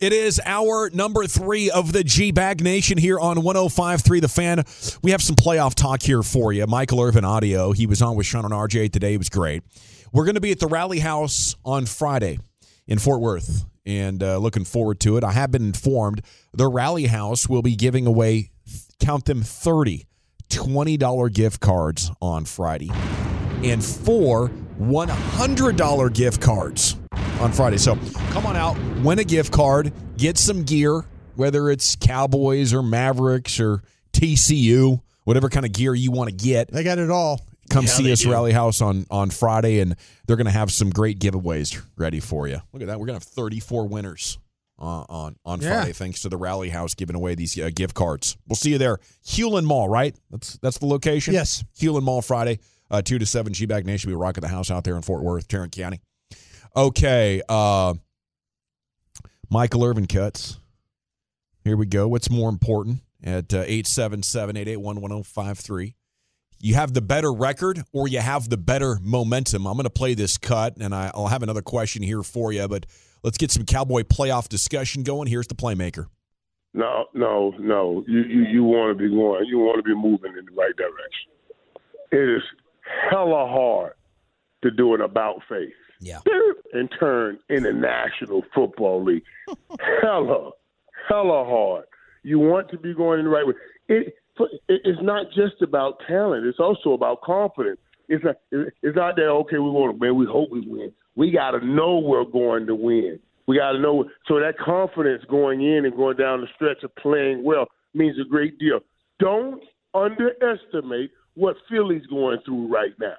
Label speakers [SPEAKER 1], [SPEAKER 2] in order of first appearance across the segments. [SPEAKER 1] It is our number three of the G Bag Nation here on 105.3 The Fan. We have some playoff talk here for you. Michael Irvin Audio, he was on with Sean and RJ today. It was great. We're going to be at the Rally House on Friday in Fort Worth and uh, looking forward to it. I have been informed the Rally House will be giving away, count them, 30 $20 gift cards on Friday and four $100 gift cards on Friday. So come on out, win a gift card, get some gear, whether it's Cowboys or Mavericks or TCU, whatever kind of gear you want to get.
[SPEAKER 2] They got it all.
[SPEAKER 1] Come see us Rally House on on Friday, and they're going to have some great giveaways ready for you. Look at that. We're going to have 34 winners on on, on
[SPEAKER 2] Yeah.
[SPEAKER 1] Friday, thanks to the Rally House giving away these uh, gift cards. We'll see you there. Hewlin Mall, right? That's that's the location.
[SPEAKER 2] Yes.
[SPEAKER 1] Hewlin Mall Friday, uh, 2 to 7. G Bag Nation. We rock at the house out there in Fort Worth, Tarrant County. Okay. Uh, Michael Irvin cuts. Here we go. What's more important at uh, 877 881 1053? You have the better record or you have the better momentum. I'm going to play this cut and I- I'll have another question here for you, but let's get some Cowboy playoff discussion going. Here's the playmaker.
[SPEAKER 3] No, no, no. You you, you want to be going. You want to be moving in the right direction. It is hella hard to do an about face.
[SPEAKER 1] Yeah.
[SPEAKER 3] And turn in the National Football League. hella, hella hard. You want to be going in the right way. It, it it's not just about talent. It's also about confidence. It's not it's not that okay. We want to win. We hope we win. We got to know we're going to win. We got to know. So that confidence going in and going down the stretch of playing well means a great deal. Don't underestimate what Philly's going through right now.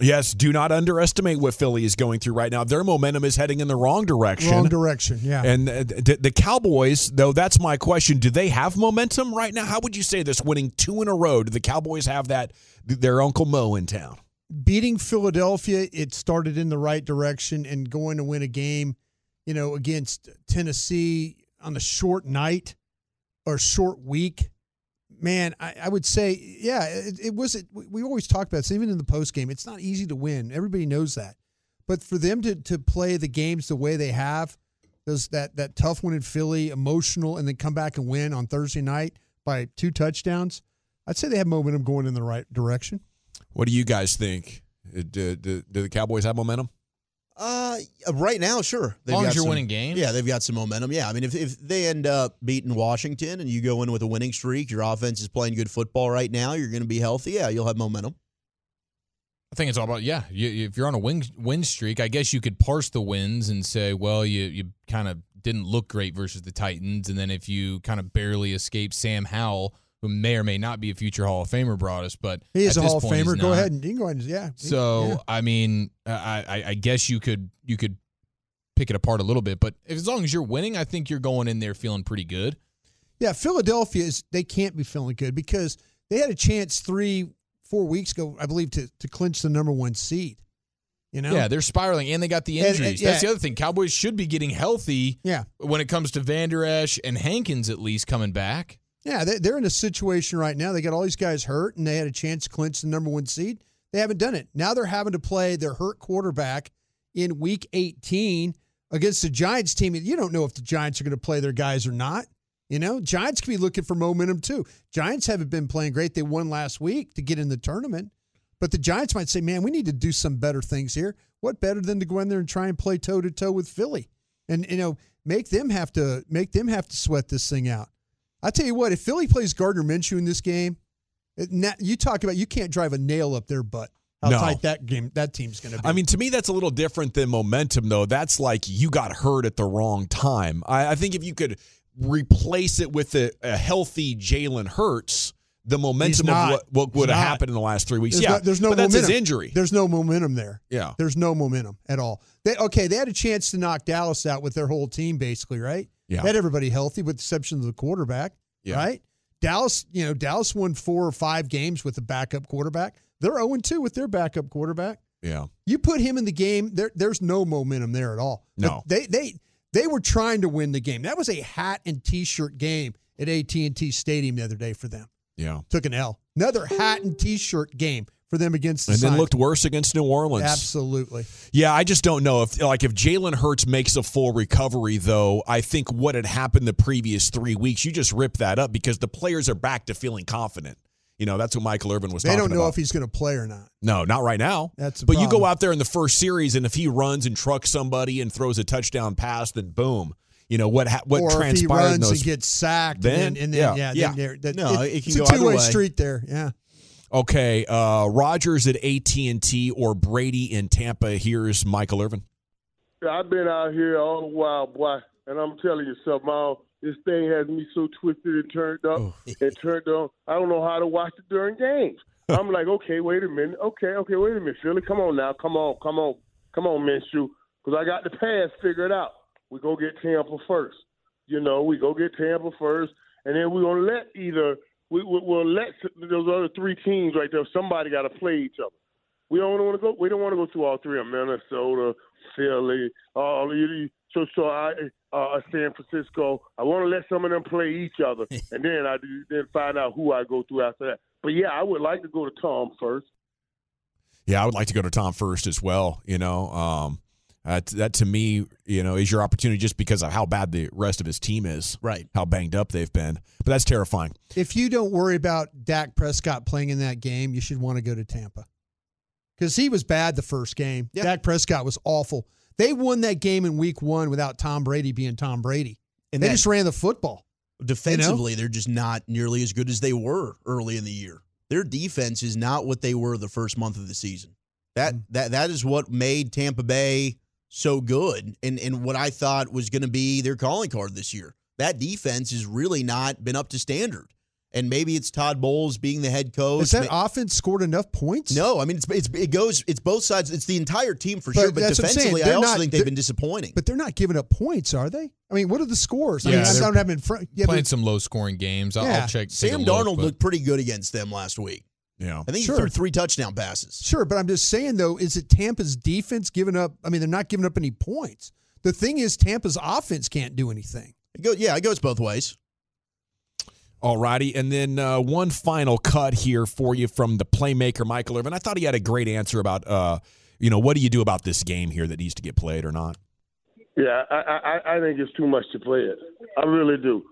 [SPEAKER 1] Yes, do not underestimate what Philly is going through right now. Their momentum is heading in the wrong direction.
[SPEAKER 2] Wrong direction. Yeah.
[SPEAKER 1] And uh, the, the Cowboys, though, that's my question. Do they have momentum right now? How would you say this? Winning two in a row, do the Cowboys have that? Their Uncle Mo in town.
[SPEAKER 2] beating Philadelphia, it started in the right direction and going to win a game, you know, against Tennessee on a short night or short week. Man, I, I would say, yeah, it, it was. It, we we always talk about this, even in the post game. It's not easy to win. Everybody knows that, but for them to to play the games the way they have, those that that tough one in Philly, emotional, and then come back and win on Thursday night by two touchdowns. I'd say they have momentum going in the right direction.
[SPEAKER 1] What do you guys think? Uh, Do, do, do the Cowboys have momentum?
[SPEAKER 4] Uh, right now, sure.
[SPEAKER 5] As long
[SPEAKER 4] got
[SPEAKER 5] as you're
[SPEAKER 4] some-
[SPEAKER 5] winning games.
[SPEAKER 4] Yeah, they've got some momentum. Yeah, I mean, if, if they end up beating Washington and you go in with a winning streak, your offense is playing good football right now. You're going to be healthy. Yeah, you'll have momentum.
[SPEAKER 5] I think it's all about yeah. You, if you're on a win win streak, I guess you could parse the wins and say, well, you you kind of didn't look great versus the Titans, and then if you kind of barely escape Sam Howell, who may or may not be a future Hall of Famer, brought us, but
[SPEAKER 2] He is
[SPEAKER 5] at
[SPEAKER 2] a
[SPEAKER 5] this
[SPEAKER 2] Hall of
[SPEAKER 5] point, he's
[SPEAKER 2] Famer. Go
[SPEAKER 5] not.
[SPEAKER 2] ahead and you can go ahead and yeah.
[SPEAKER 5] So
[SPEAKER 2] Yeah.
[SPEAKER 5] I mean, I, I I guess you could you could pick it apart a little bit, but as long as you're winning, I think you're going in there feeling pretty good.
[SPEAKER 2] yeah, Philadelphia is they can't be feeling good because they had a chance three, four weeks ago, I believe, to to clinch the number one seed. You know?
[SPEAKER 5] Yeah, they're spiraling, and they got the
[SPEAKER 2] And-
[SPEAKER 5] injuries.
[SPEAKER 2] and-
[SPEAKER 5] That's
[SPEAKER 2] yeah.
[SPEAKER 5] the other thing. Cowboys should be getting healthy
[SPEAKER 2] Yeah.
[SPEAKER 5] when it comes to Vander Esch and Hankins at least coming back.
[SPEAKER 2] Yeah, they, they're in a situation right now. They got all these guys hurt, and they had a chance to clinch the number one seed. They haven't done it. Now they're having to play their hurt quarterback in Week 18 against the Giants team. You don't know if the Giants are going to play their guys or not. You know, Giants can be looking for momentum too. Giants haven't been playing great. They won last week to get in the tournament, but the Giants might say, "Man, we need to do some better things here. What better than to go in there and try and play toe to toe with Philly, and you know, make them have to make them have to sweat this thing out." I tell you what, if Philly plays Gardner Minshew in this game, it, na- you talk about you can't drive a nail up their butt. how
[SPEAKER 1] No.
[SPEAKER 2] tight that game that team's going to be.
[SPEAKER 1] I mean, to me, that's a little different than momentum, though. That's like you got hurt at the wrong time. I, I think if you could replace it with a, a healthy Jalen Hurts, the momentum
[SPEAKER 2] not.
[SPEAKER 1] of what, what would have
[SPEAKER 2] not.
[SPEAKER 1] happened in the last three weeks.
[SPEAKER 2] there's
[SPEAKER 1] yeah,
[SPEAKER 2] no, there's no
[SPEAKER 1] but that's
[SPEAKER 2] momentum.
[SPEAKER 1] his injury.
[SPEAKER 2] There's no momentum there.
[SPEAKER 1] Yeah.
[SPEAKER 2] There's no momentum at all. They okay, they had a chance to knock Dallas out with their whole team basically, right?
[SPEAKER 1] Yeah.
[SPEAKER 2] They had everybody healthy with the exception of the quarterback,
[SPEAKER 1] Yeah.
[SPEAKER 2] right? Dallas, you know, Dallas won four or five games with a backup quarterback. They're 0 2 with their backup quarterback.
[SPEAKER 1] Yeah,
[SPEAKER 2] You put him in the game, there there's no momentum there at all.
[SPEAKER 1] No.
[SPEAKER 2] But They they they were trying to win the game. That was a hat and t-shirt game at AT&T Stadium the other day for them.
[SPEAKER 1] yeah.
[SPEAKER 2] Took an L. Another hat and t-shirt game for them against the
[SPEAKER 1] And then
[SPEAKER 2] Saints.
[SPEAKER 1] looked worse against New Orleans.
[SPEAKER 2] Absolutely.
[SPEAKER 1] Yeah, I just don't know if like if Jalen Hurts makes a full recovery though. I think what had happened the previous three weeks, you just rip that up because the players are back to feeling confident. You know, that's what Michael Irvin was
[SPEAKER 2] They
[SPEAKER 1] talking
[SPEAKER 2] don't know
[SPEAKER 1] about.
[SPEAKER 2] if he's going to play or not.
[SPEAKER 1] No, not right now.
[SPEAKER 2] That's the
[SPEAKER 1] but you go
[SPEAKER 2] problem.
[SPEAKER 1] out there in the first series, and if he runs and trucks somebody and throws a touchdown pass, then boom, you know what ha- what
[SPEAKER 2] or
[SPEAKER 1] transpired
[SPEAKER 2] if he
[SPEAKER 1] in
[SPEAKER 2] runs
[SPEAKER 1] those.
[SPEAKER 2] and gets sacked,
[SPEAKER 1] Then-
[SPEAKER 2] and then, and then
[SPEAKER 1] yeah,
[SPEAKER 2] yeah,
[SPEAKER 1] yeah.
[SPEAKER 2] Then there, that,
[SPEAKER 4] No,
[SPEAKER 2] it-
[SPEAKER 4] it can
[SPEAKER 2] it's
[SPEAKER 4] go
[SPEAKER 2] a
[SPEAKER 4] either
[SPEAKER 2] two-way
[SPEAKER 4] way.
[SPEAKER 2] street there. Yeah,
[SPEAKER 1] okay, uh, Rogers at AT and T or Brady in Tampa. Here's Michael Irvin.
[SPEAKER 3] I've been out here all the while, boy, and I'm telling you something. I, this thing has me so twisted and turned up and turned on. I don't know how to watch it during games. I'm like, okay, wait a minute. Okay, okay, wait a minute, Philly. Come on now. Come on, come on, come on, Minshew. Because I got the pass figured out. We go get Tampa first. You know, we go get Tampa first, and then we're going to let either, we, we, we'll let those other three teams right there, somebody got to play each other. We don't want to go. We don't want to go through all three of 'em, Minnesota, Philly, all of these. So, so I, uh, San Francisco. I want to let some of them play each other, and then I do- then find out who I go through after that. But yeah, I would like to go to Tom first.
[SPEAKER 1] Yeah, I would like to go to Tom first as well. You know, um, uh, t- that to me, you know, is your opportunity just because of how bad the rest of his team is,
[SPEAKER 4] Right.
[SPEAKER 1] How banged up they've been, but that's terrifying.
[SPEAKER 2] if you don't worry about Dak Prescott playing in that game, you should want to go to Tampa because he was bad the first game.
[SPEAKER 4] Yeah.
[SPEAKER 2] Dak Prescott was awful. They won that game in Week One without Tom Brady being Tom Brady.
[SPEAKER 4] And
[SPEAKER 2] they
[SPEAKER 4] that-
[SPEAKER 2] just ran the football.
[SPEAKER 4] Defensively, they're just not nearly as good as they were early in the year. Their defense is not what they were the first month of the season. That
[SPEAKER 5] Mm.
[SPEAKER 4] that that is what made Tampa Bay so good and and what I thought was going to be their calling card this year. That defense has really not been up to standard. And maybe it's Todd Bowles being the head coach.
[SPEAKER 2] Has that
[SPEAKER 4] Ma-
[SPEAKER 2] offense scored enough points?
[SPEAKER 4] no, I mean it's, it's it goes it's both sides. It's the entire team for
[SPEAKER 2] But
[SPEAKER 4] sure, but
[SPEAKER 2] that's what I'm saying.
[SPEAKER 4] defensively, I
[SPEAKER 2] They're
[SPEAKER 4] also
[SPEAKER 2] not-
[SPEAKER 4] think they've
[SPEAKER 2] they're-
[SPEAKER 4] been disappointing.
[SPEAKER 2] but they're not giving up points, are they? I mean, what are the scores? I
[SPEAKER 5] Yeah,
[SPEAKER 2] mean, I
[SPEAKER 5] they're
[SPEAKER 2] don't have in front. Yeah,
[SPEAKER 5] Playing
[SPEAKER 2] but-
[SPEAKER 5] some low scoring games. I'll,
[SPEAKER 2] Yeah.
[SPEAKER 5] I'll check. take a
[SPEAKER 4] Sam
[SPEAKER 5] look,
[SPEAKER 4] Darnold
[SPEAKER 5] but-
[SPEAKER 4] looked pretty good against them last week.
[SPEAKER 1] Yeah,
[SPEAKER 4] I think
[SPEAKER 2] Sure.
[SPEAKER 4] he threw three touchdown passes.
[SPEAKER 2] Sure, but I'm just saying though, is it Tampa's defense giving up? I mean, they're not giving up any points. The thing is, Tampa's offense can't do anything.
[SPEAKER 4] It go, yeah, it goes both ways.
[SPEAKER 1] Alrighty, and then uh, one final cut here for you from the playmaker Michael Irvin. I thought he had a great answer about, uh, you know, what do you do about this game here that needs to get played or not?
[SPEAKER 3] Yeah, I, I, I- I think it's too much to play it. I really do.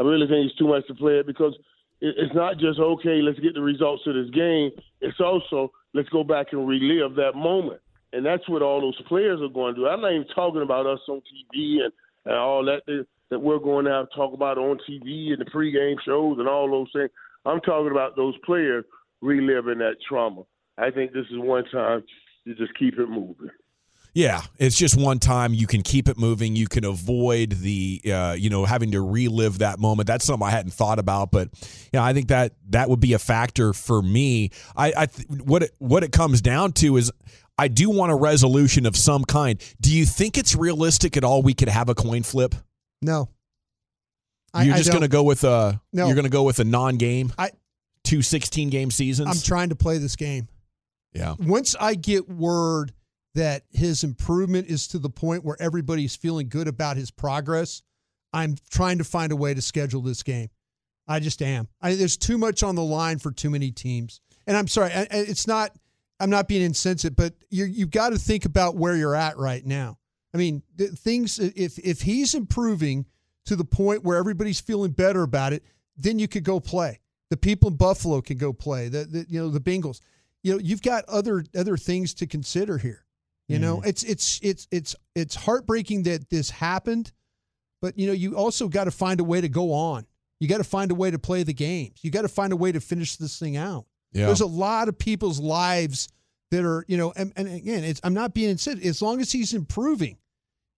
[SPEAKER 3] I really think it's too much to play it because it, it's not just okay. Let's get the results of this game. It's also let's go back and relive that moment, and that's what all those players are going to do. I'm not even talking about us on TV and, and all that that- that we're going to have to talk about on TV and the pregame shows and all those things. I'm talking about those players reliving that trauma. I think this is one time you just keep it moving.
[SPEAKER 1] Yeah, it's just one time. You can keep it moving. You can avoid the, uh, you know, having to relive that moment. That's something I hadn't thought about, but you know, I think that that would be a factor for me. I, I th- what it, what it comes down to is. I do want a resolution of some kind. Do you think it's realistic at all? We could have a coin flip.
[SPEAKER 2] No,
[SPEAKER 1] You're just going to
[SPEAKER 2] don't.
[SPEAKER 1] go with a
[SPEAKER 2] No.
[SPEAKER 1] you're going to go with a non-game.
[SPEAKER 2] I-
[SPEAKER 1] two 16 game seasons.
[SPEAKER 2] I'm trying to play this game.
[SPEAKER 1] yeah.
[SPEAKER 2] Once I get word that his improvement is to the point where everybody's feeling good about his progress, I'm trying to find a way to schedule this game. I just am. I, there's too much on the line for too many teams. And I'm sorry, I, I- it's not. I'm not being insensitive, but you you've got to think about where you're at right now. I mean, th- things. If if he's improving to the point where everybody's feeling better about it, then you could go play. The people in Buffalo can go play. The, the you know the Bengals. You know you've got other other things to consider here. You
[SPEAKER 1] Mm.
[SPEAKER 2] know it's it's it's it's it's heartbreaking that this happened, but you know you also got to find a way to go on. You got to find a way to play the games. You got to find a way to finish this thing out.
[SPEAKER 1] Yeah.
[SPEAKER 2] There's a lot of people's lives that are you know and, and again it's I'm not being insid- as long as he's improving,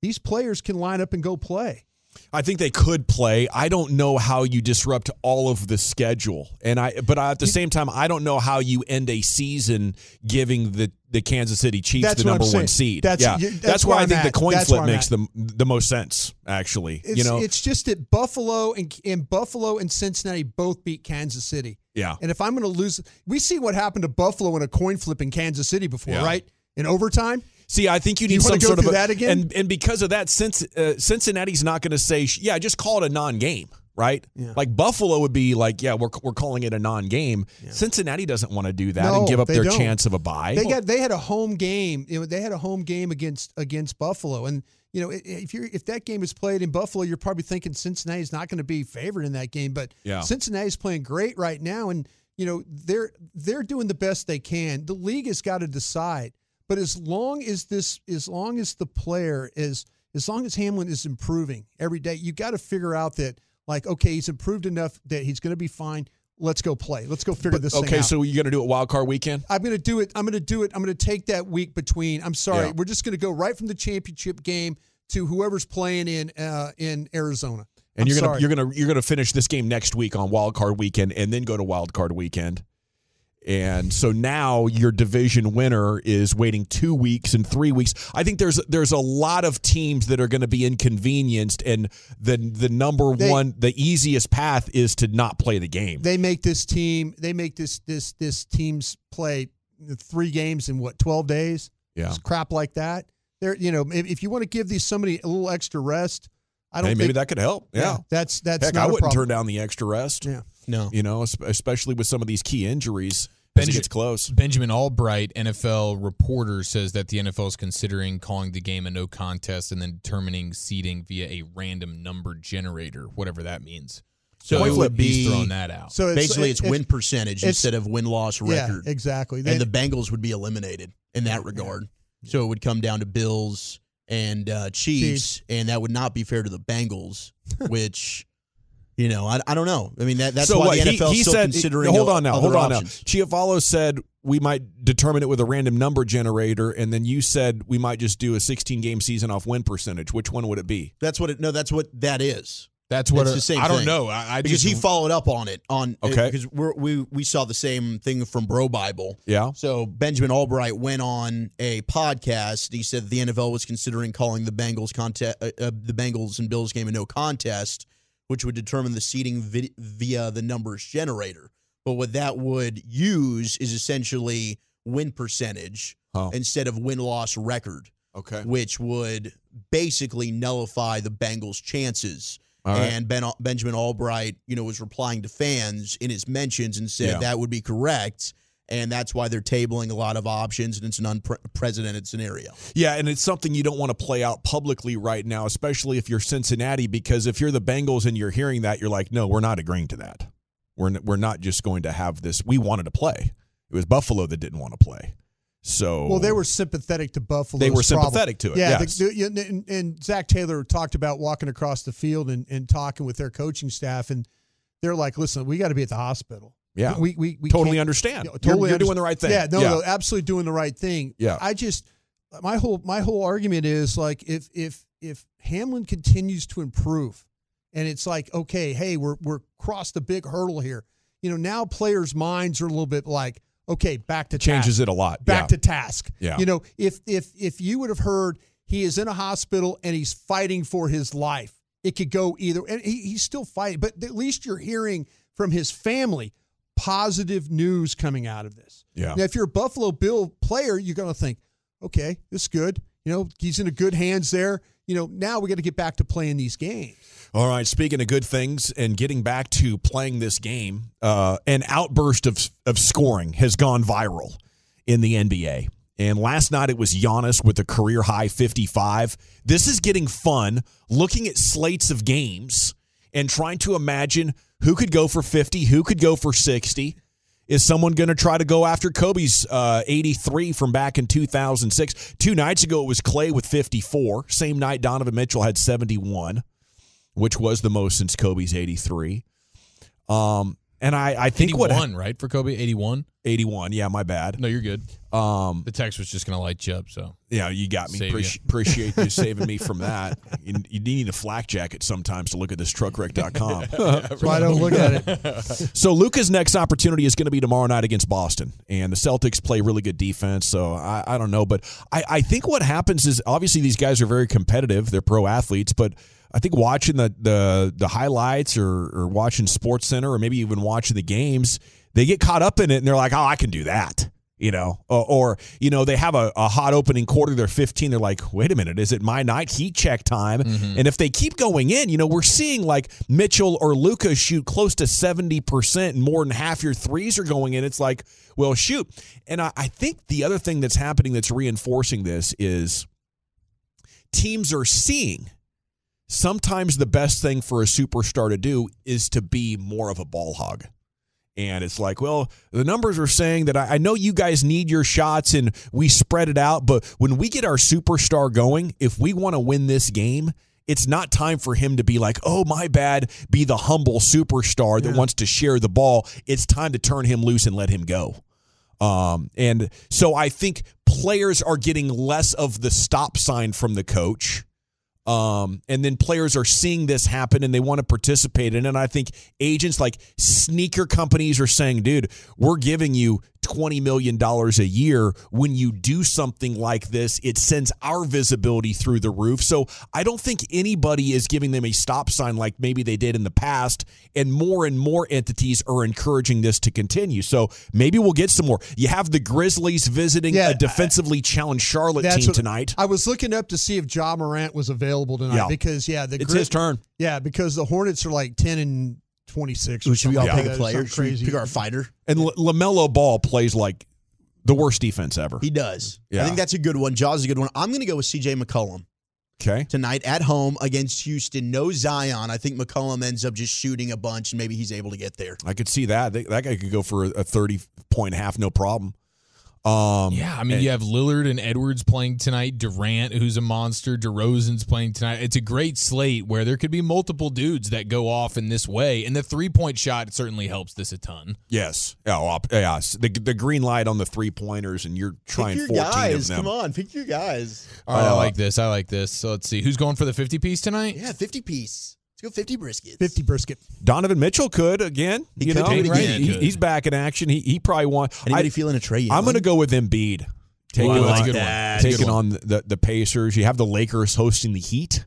[SPEAKER 2] these players can line up and go play.
[SPEAKER 1] I think they could play. I don't know how you disrupt all of the schedule, and I. But I, at the same time, I don't know how you end a season giving the, the Kansas City Chiefs
[SPEAKER 2] That's
[SPEAKER 1] the
[SPEAKER 2] what I'm
[SPEAKER 1] number one
[SPEAKER 2] saying.
[SPEAKER 1] seed.
[SPEAKER 2] That's-
[SPEAKER 1] yeah.
[SPEAKER 2] you-
[SPEAKER 1] that's,
[SPEAKER 2] that's
[SPEAKER 1] why
[SPEAKER 2] where
[SPEAKER 1] I
[SPEAKER 2] I'm
[SPEAKER 1] think the
[SPEAKER 2] at.
[SPEAKER 1] coin
[SPEAKER 2] That's
[SPEAKER 1] flip
[SPEAKER 2] where I'm
[SPEAKER 1] makes the the most sense. Actually,
[SPEAKER 2] It's,
[SPEAKER 1] you know,
[SPEAKER 2] it's just that Buffalo and and Buffalo and Cincinnati both beat Kansas City.
[SPEAKER 1] yeah,
[SPEAKER 2] And if I'm going to lose, we see what happened to Buffalo in a coin flip in Kansas City before,
[SPEAKER 1] Yeah.
[SPEAKER 2] right? In overtime,
[SPEAKER 1] See, I think you
[SPEAKER 2] Do
[SPEAKER 1] need
[SPEAKER 2] you
[SPEAKER 1] some
[SPEAKER 2] wanna go
[SPEAKER 1] sort of
[SPEAKER 2] through
[SPEAKER 1] a-
[SPEAKER 2] that again?
[SPEAKER 1] And and because of that, since uh, Cincinnati's not going to say, sh- yeah, just call it a non-game, right? Like Buffalo would be like, yeah, we're we're calling it a non-game. Cincinnati doesn't want to do that and
[SPEAKER 2] No,
[SPEAKER 1] give up
[SPEAKER 2] they
[SPEAKER 1] their
[SPEAKER 2] don't.
[SPEAKER 1] chance of a bye.
[SPEAKER 2] they got they had a home game. You know, they had a home game against against Buffalo, and you know i- if you are if that game is played in Buffalo, you're probably thinking Cincinnati's not going to be favored in that game. But
[SPEAKER 1] Yeah.
[SPEAKER 2] Cincinnati's playing great right now, and you know they're they're doing the best they can. The league has got to decide. But as long as this, as long as the player is, as long as Hamlin is improving every day, you got to figure out that like okay, he's improved enough that he's going to be fine. Let's go play. Let's go figure this thing
[SPEAKER 1] okay,
[SPEAKER 2] out.
[SPEAKER 1] so you're going to do it wild card weekend?
[SPEAKER 2] I'm going to do it. I'm going to do it. I'm going to take that week between. I'm sorry.
[SPEAKER 1] Yeah.
[SPEAKER 2] We're just going to go right from the championship game to whoever's playing in uh, in Arizona.
[SPEAKER 1] And
[SPEAKER 2] I'm
[SPEAKER 1] you're gonna
[SPEAKER 2] sorry.
[SPEAKER 1] you're gonna you're gonna finish this game next week on wild card weekend, and then go to wild card weekend. And so now your division winner is waiting two weeks and three weeks. I think there's there's a lot of teams that are going to be inconvenienced, and the the number
[SPEAKER 2] They-
[SPEAKER 1] one the easiest path is to not play the game.
[SPEAKER 2] They make this team. They make this this this team's play three games in what 12 days.
[SPEAKER 1] Yeah.
[SPEAKER 2] It's crap like that. There, you know, if, if you want to give these somebody a little extra rest, I don't
[SPEAKER 1] hey,
[SPEAKER 2] think
[SPEAKER 1] maybe that could help. Yeah,
[SPEAKER 2] that's that's
[SPEAKER 1] heck,
[SPEAKER 2] not
[SPEAKER 1] I
[SPEAKER 2] a
[SPEAKER 1] wouldn't turn
[SPEAKER 2] problem.
[SPEAKER 1] down the extra rest.
[SPEAKER 2] Yeah.
[SPEAKER 4] No.
[SPEAKER 1] You know, es- especially with some of these key injuries. As it
[SPEAKER 5] Benji-
[SPEAKER 1] gets close.
[SPEAKER 5] Benjamin Albright, NFL reporter, says that the NFL is considering calling the game a no contest and then determining seeding via a random number generator, whatever that means. So
[SPEAKER 4] Point
[SPEAKER 5] it
[SPEAKER 4] flip
[SPEAKER 5] would be
[SPEAKER 4] be-
[SPEAKER 5] throwing that out.
[SPEAKER 2] So
[SPEAKER 4] Basically, it's, win percentage
[SPEAKER 2] it's-
[SPEAKER 4] instead of win loss record.
[SPEAKER 2] Yeah, exactly. They-
[SPEAKER 4] and the Bengals would be eliminated in that regard. So it would come down to Bills and uh, Chiefs, and that would not be fair to the Bengals, which. You know, I, I don't know. I mean, that, that's why the NFL still considering.
[SPEAKER 1] Hold on now,
[SPEAKER 4] other
[SPEAKER 1] hold on
[SPEAKER 4] options.
[SPEAKER 1] now. Chiafalo said we might determine it with a random number generator, and then you said we might just do a 16 game season off win percentage. Which one would it be?
[SPEAKER 4] That's what it. No, that's what that is.
[SPEAKER 5] That's what
[SPEAKER 4] It's
[SPEAKER 5] a-
[SPEAKER 4] the same
[SPEAKER 5] I don't
[SPEAKER 4] thing.
[SPEAKER 5] know. I, I
[SPEAKER 4] because
[SPEAKER 5] just,
[SPEAKER 4] he followed up on it on
[SPEAKER 1] Okay.
[SPEAKER 4] because we're, we we saw the same thing from Bro Bible.
[SPEAKER 1] Yeah,
[SPEAKER 4] So Benjamin Albright went on a podcast. and He said the NFL was considering calling the Bengals contest, uh, uh, the Bengals and Bills game a no contest, which would determine the seeding vid- via the numbers generator. But what that would use is essentially win percentage
[SPEAKER 1] Oh.
[SPEAKER 4] instead of win loss record,
[SPEAKER 1] okay.
[SPEAKER 4] which would basically nullify the Bengals' chances
[SPEAKER 1] All right.
[SPEAKER 4] and ben, Benjamin Albright, you know, was replying to fans in his mentions and said
[SPEAKER 1] Yeah.
[SPEAKER 4] that would be correct. And that's why they're tabling a lot of options, and it's an unprecedented scenario.
[SPEAKER 1] Yeah, and it's something you don't want to play out publicly right now, especially if you're Cincinnati, because if you're the Bengals and you're hearing that, you're like, no, we're not agreeing to that. We're n- we're not just going to have this. We wanted to play. It was Buffalo that didn't want to play. So
[SPEAKER 2] Well, they were sympathetic to Buffalo.
[SPEAKER 1] Oh. They were sympathetic to it,
[SPEAKER 2] Yeah,
[SPEAKER 1] yes.
[SPEAKER 2] the, the, and, and Zach Taylor talked about walking across the field and, and talking with their coaching staff, and they're like, "Listen, we got to be at the hospital.
[SPEAKER 1] Yeah.
[SPEAKER 2] we we, we
[SPEAKER 1] totally
[SPEAKER 2] can't-
[SPEAKER 1] understand.
[SPEAKER 2] Yeah,
[SPEAKER 1] You're- you're doing the right thing.
[SPEAKER 2] Yeah, no,
[SPEAKER 1] Yeah.
[SPEAKER 2] no, absolutely doing the right thing.
[SPEAKER 1] Yeah.
[SPEAKER 2] I just my whole my whole argument is like if if if Hamlin continues to improve, and it's like okay, hey, we're we're crossed the big hurdle here. You know, now players' minds are a little bit like okay, back to
[SPEAKER 1] changes
[SPEAKER 2] task
[SPEAKER 1] it a lot.
[SPEAKER 2] back
[SPEAKER 1] yeah.
[SPEAKER 2] to task.
[SPEAKER 1] Yeah.
[SPEAKER 2] You know, if if if you would have heard he is in a hospital and he's fighting for his life, it could go either. And he, he's still fighting, but at least you're hearing from his family positive news coming out of this.
[SPEAKER 1] Yeah.
[SPEAKER 2] Now, if you're a Buffalo Bill player, you're going to think, okay, this is good. You know, he's in a good hands there. You know, now we got to get back to playing these games.
[SPEAKER 1] All right. Speaking of good things and getting back to playing this game, uh, an outburst of of scoring has gone viral in the NBA. And last night it was Giannis with a career high 55. This is getting fun. Looking at slates of games and trying to imagine who could go for 50, who could go for 60. Is someone going to try to go after Kobe's uh, 83 from back in 2006? Two nights ago, it was Clay with 54. Same night, Donovan Mitchell had 71 which was the most since Kobe's 83. Um, And I, I think what
[SPEAKER 5] Eighty-one, right? For Kobe, eighty-one.
[SPEAKER 1] 81. Yeah, my bad.
[SPEAKER 5] No, you're good.
[SPEAKER 1] Um,
[SPEAKER 5] The text was just gonna light you up. So
[SPEAKER 1] yeah, you got me.
[SPEAKER 5] Save ya.
[SPEAKER 1] Appreci- appreciate you saving me from that. You, you need a flak jacket sometimes to look at this truckwreck.com.
[SPEAKER 2] That's why I don't look at it.
[SPEAKER 1] So Luca's next opportunity is going to be tomorrow night against Boston, and the Celtics play really good defense. So I, I don't know, but I, I think what happens is obviously these guys are very competitive; they're pro athletes. But I think watching the the, the highlights or, or watching Sports Center or maybe even watching the games, they get caught up in it and they're like, "Oh, I can do that." You know, or, or you know, they have a, a hot opening quarter. They're 15. They're like, wait a minute, is it my night heat check time? And if they keep going in, you know, we're seeing like Mitchell or Luca shoot close to 70% and more than half your threes are going in. It's like, well, shoot. And I, I think the other thing that's happening that's reinforcing this is teams are seeing sometimes the best thing for a superstar to do is to be more of a ball hog. And it's like, well, the numbers are saying that I, I know you guys need your shots and we spread it out, but when we get our superstar going, if we want to win this game, it's not time for him to be like, oh, my bad, be the humble superstar that wants to share the ball. It's time to turn him loose and let him go. Um, and so I think players are getting less of the stop sign from the coach. Um, and then players are seeing this happen and they want to participate in it. And I think agents like sneaker companies are saying, dude, we're giving you $20 million a year. When you do something like this, it sends our visibility through the roof. So I don't think anybody is giving them a stop sign like maybe they did in the past. And more and more entities are encouraging this to continue. So maybe we'll get some more. You have the Grizzlies visiting
[SPEAKER 2] Yeah,
[SPEAKER 1] a defensively challenged Charlotte
[SPEAKER 2] That's
[SPEAKER 1] team
[SPEAKER 2] what-
[SPEAKER 1] tonight.
[SPEAKER 2] I was looking up to see if Ja Morant was available tonight
[SPEAKER 1] Yeah.
[SPEAKER 2] because yeah, the
[SPEAKER 1] It's
[SPEAKER 2] Gri-
[SPEAKER 1] his turn.
[SPEAKER 2] Yeah, because the Hornets are like ten and twenty six.
[SPEAKER 4] So should we all
[SPEAKER 1] Yeah.
[SPEAKER 4] pick a player? Should we
[SPEAKER 2] Crazy.
[SPEAKER 4] pick our fighter?
[SPEAKER 1] And L- LaMelo Ball plays like the worst defense ever.
[SPEAKER 4] He does.
[SPEAKER 1] Yeah.
[SPEAKER 4] I think that's a good one. Jaws is a good one. I'm going to go with C.J. McCollum
[SPEAKER 1] Okay.
[SPEAKER 4] tonight at home against Houston. No Zion. I think McCollum ends up just shooting a bunch, and maybe he's able to get there.
[SPEAKER 1] I could see that. They- That guy could go for a- a 30 point half, no problem. Um,
[SPEAKER 5] yeah, I mean, you have Lillard and Edwards playing tonight. Durant, who's a monster. DeRozan's playing tonight. It's a great slate where there could be multiple dudes that go off in this way, and the three-point shot certainly helps this a ton.
[SPEAKER 1] Yes. Yeah. oh, op- yes. The, the green light on the three pointers, and you're trying 14 of them.
[SPEAKER 4] on, pick your guys.
[SPEAKER 5] All right, I like this. I like this. So let's see who's going for the fifty piece tonight.
[SPEAKER 4] Uh, Yeah, 50 piece. Let's go 50 briskets.
[SPEAKER 2] Fifty brisket.
[SPEAKER 1] Donovan Mitchell could again.
[SPEAKER 4] He
[SPEAKER 1] you
[SPEAKER 4] could
[SPEAKER 1] know,
[SPEAKER 4] do it
[SPEAKER 1] He-
[SPEAKER 4] again.
[SPEAKER 1] he- he's back in action. He, he probably won.
[SPEAKER 4] Anybody feeling a trade?
[SPEAKER 1] I'm going to go with Embiid. Taking
[SPEAKER 5] Ooh,
[SPEAKER 1] on,
[SPEAKER 5] that's a good one. That's a good
[SPEAKER 1] taking
[SPEAKER 5] one.
[SPEAKER 1] on the, the Pacers. You have the Lakers hosting the Heat.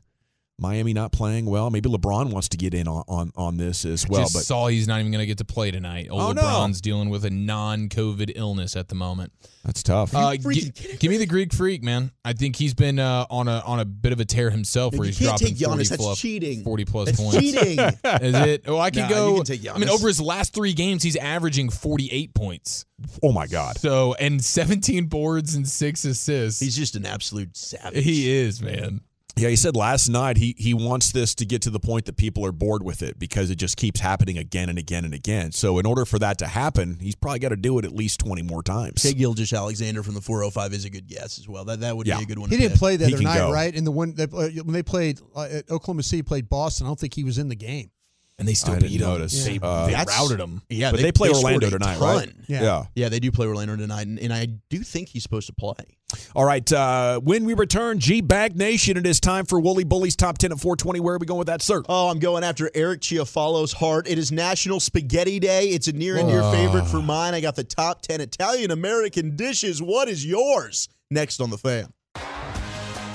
[SPEAKER 1] Miami not playing well. Maybe LeBron wants to get in on, on, on this as well.
[SPEAKER 5] Just
[SPEAKER 1] but
[SPEAKER 5] saw he's not even going to get to play tonight. Old
[SPEAKER 1] Oh, no.
[SPEAKER 5] LeBron's dealing with a non-COVID illness at the moment.
[SPEAKER 1] that's tough.
[SPEAKER 5] Uh,
[SPEAKER 4] freaking
[SPEAKER 5] gi-
[SPEAKER 4] kidding
[SPEAKER 5] give me the Greek Freak, man. I think he's been uh, on a on a bit of a tear himself,
[SPEAKER 4] You
[SPEAKER 5] where he's
[SPEAKER 4] can't
[SPEAKER 5] dropping
[SPEAKER 4] take Giannis.
[SPEAKER 5] 40
[SPEAKER 4] That's
[SPEAKER 5] plus-
[SPEAKER 4] cheating.
[SPEAKER 5] Forty plus
[SPEAKER 4] That's
[SPEAKER 5] points.
[SPEAKER 4] cheating.
[SPEAKER 5] Is it? Oh, I can
[SPEAKER 4] Nah,
[SPEAKER 5] go.
[SPEAKER 4] you can take
[SPEAKER 5] I mean,
[SPEAKER 4] Giannis.
[SPEAKER 5] over his last three games, he's averaging forty-eight points.
[SPEAKER 1] oh my God.
[SPEAKER 5] So and seventeen boards and six assists.
[SPEAKER 4] he's just an absolute savage.
[SPEAKER 5] he is man.
[SPEAKER 1] Yeah, he said last night he he wants this to get to the point that people are bored with it because it just keeps happening again and again and again. So in order for that to happen, he's probably got to do it at least twenty more times.
[SPEAKER 4] Say Gilgis Alexander from the 405 is a good guess as well. That that would
[SPEAKER 1] Yeah.
[SPEAKER 4] be a good one.
[SPEAKER 2] He
[SPEAKER 4] to
[SPEAKER 2] didn't
[SPEAKER 4] pick.
[SPEAKER 2] play the
[SPEAKER 1] He
[SPEAKER 2] other
[SPEAKER 1] can
[SPEAKER 2] night,
[SPEAKER 1] go.
[SPEAKER 2] right? In the one that, uh, when they played uh, at Oklahoma City, played Boston. I don't think he was in the game.
[SPEAKER 5] And they still
[SPEAKER 1] I
[SPEAKER 5] beat
[SPEAKER 1] didn't
[SPEAKER 5] him.
[SPEAKER 1] notice.
[SPEAKER 5] They,
[SPEAKER 1] Uh,
[SPEAKER 5] they
[SPEAKER 4] That's-
[SPEAKER 5] routed him.
[SPEAKER 4] Yeah,
[SPEAKER 1] but they play
[SPEAKER 4] scored
[SPEAKER 1] Orlando
[SPEAKER 4] a
[SPEAKER 1] tonight, right?
[SPEAKER 4] ton.
[SPEAKER 2] Yeah.
[SPEAKER 4] Yeah, they do play Orlando tonight, and, and I do think he's supposed to play.
[SPEAKER 1] All right. Uh, when we return, G Bag Nation, it is time for Wooly Bully's top ten at four twenty. Where are we going with that, sir?
[SPEAKER 4] Oh, I'm going after Eric Chiafalo's heart. It is National Spaghetti Day. It's a near and dear favorite for mine. I got the top 10 Italian American dishes. What is yours? Next on the fan.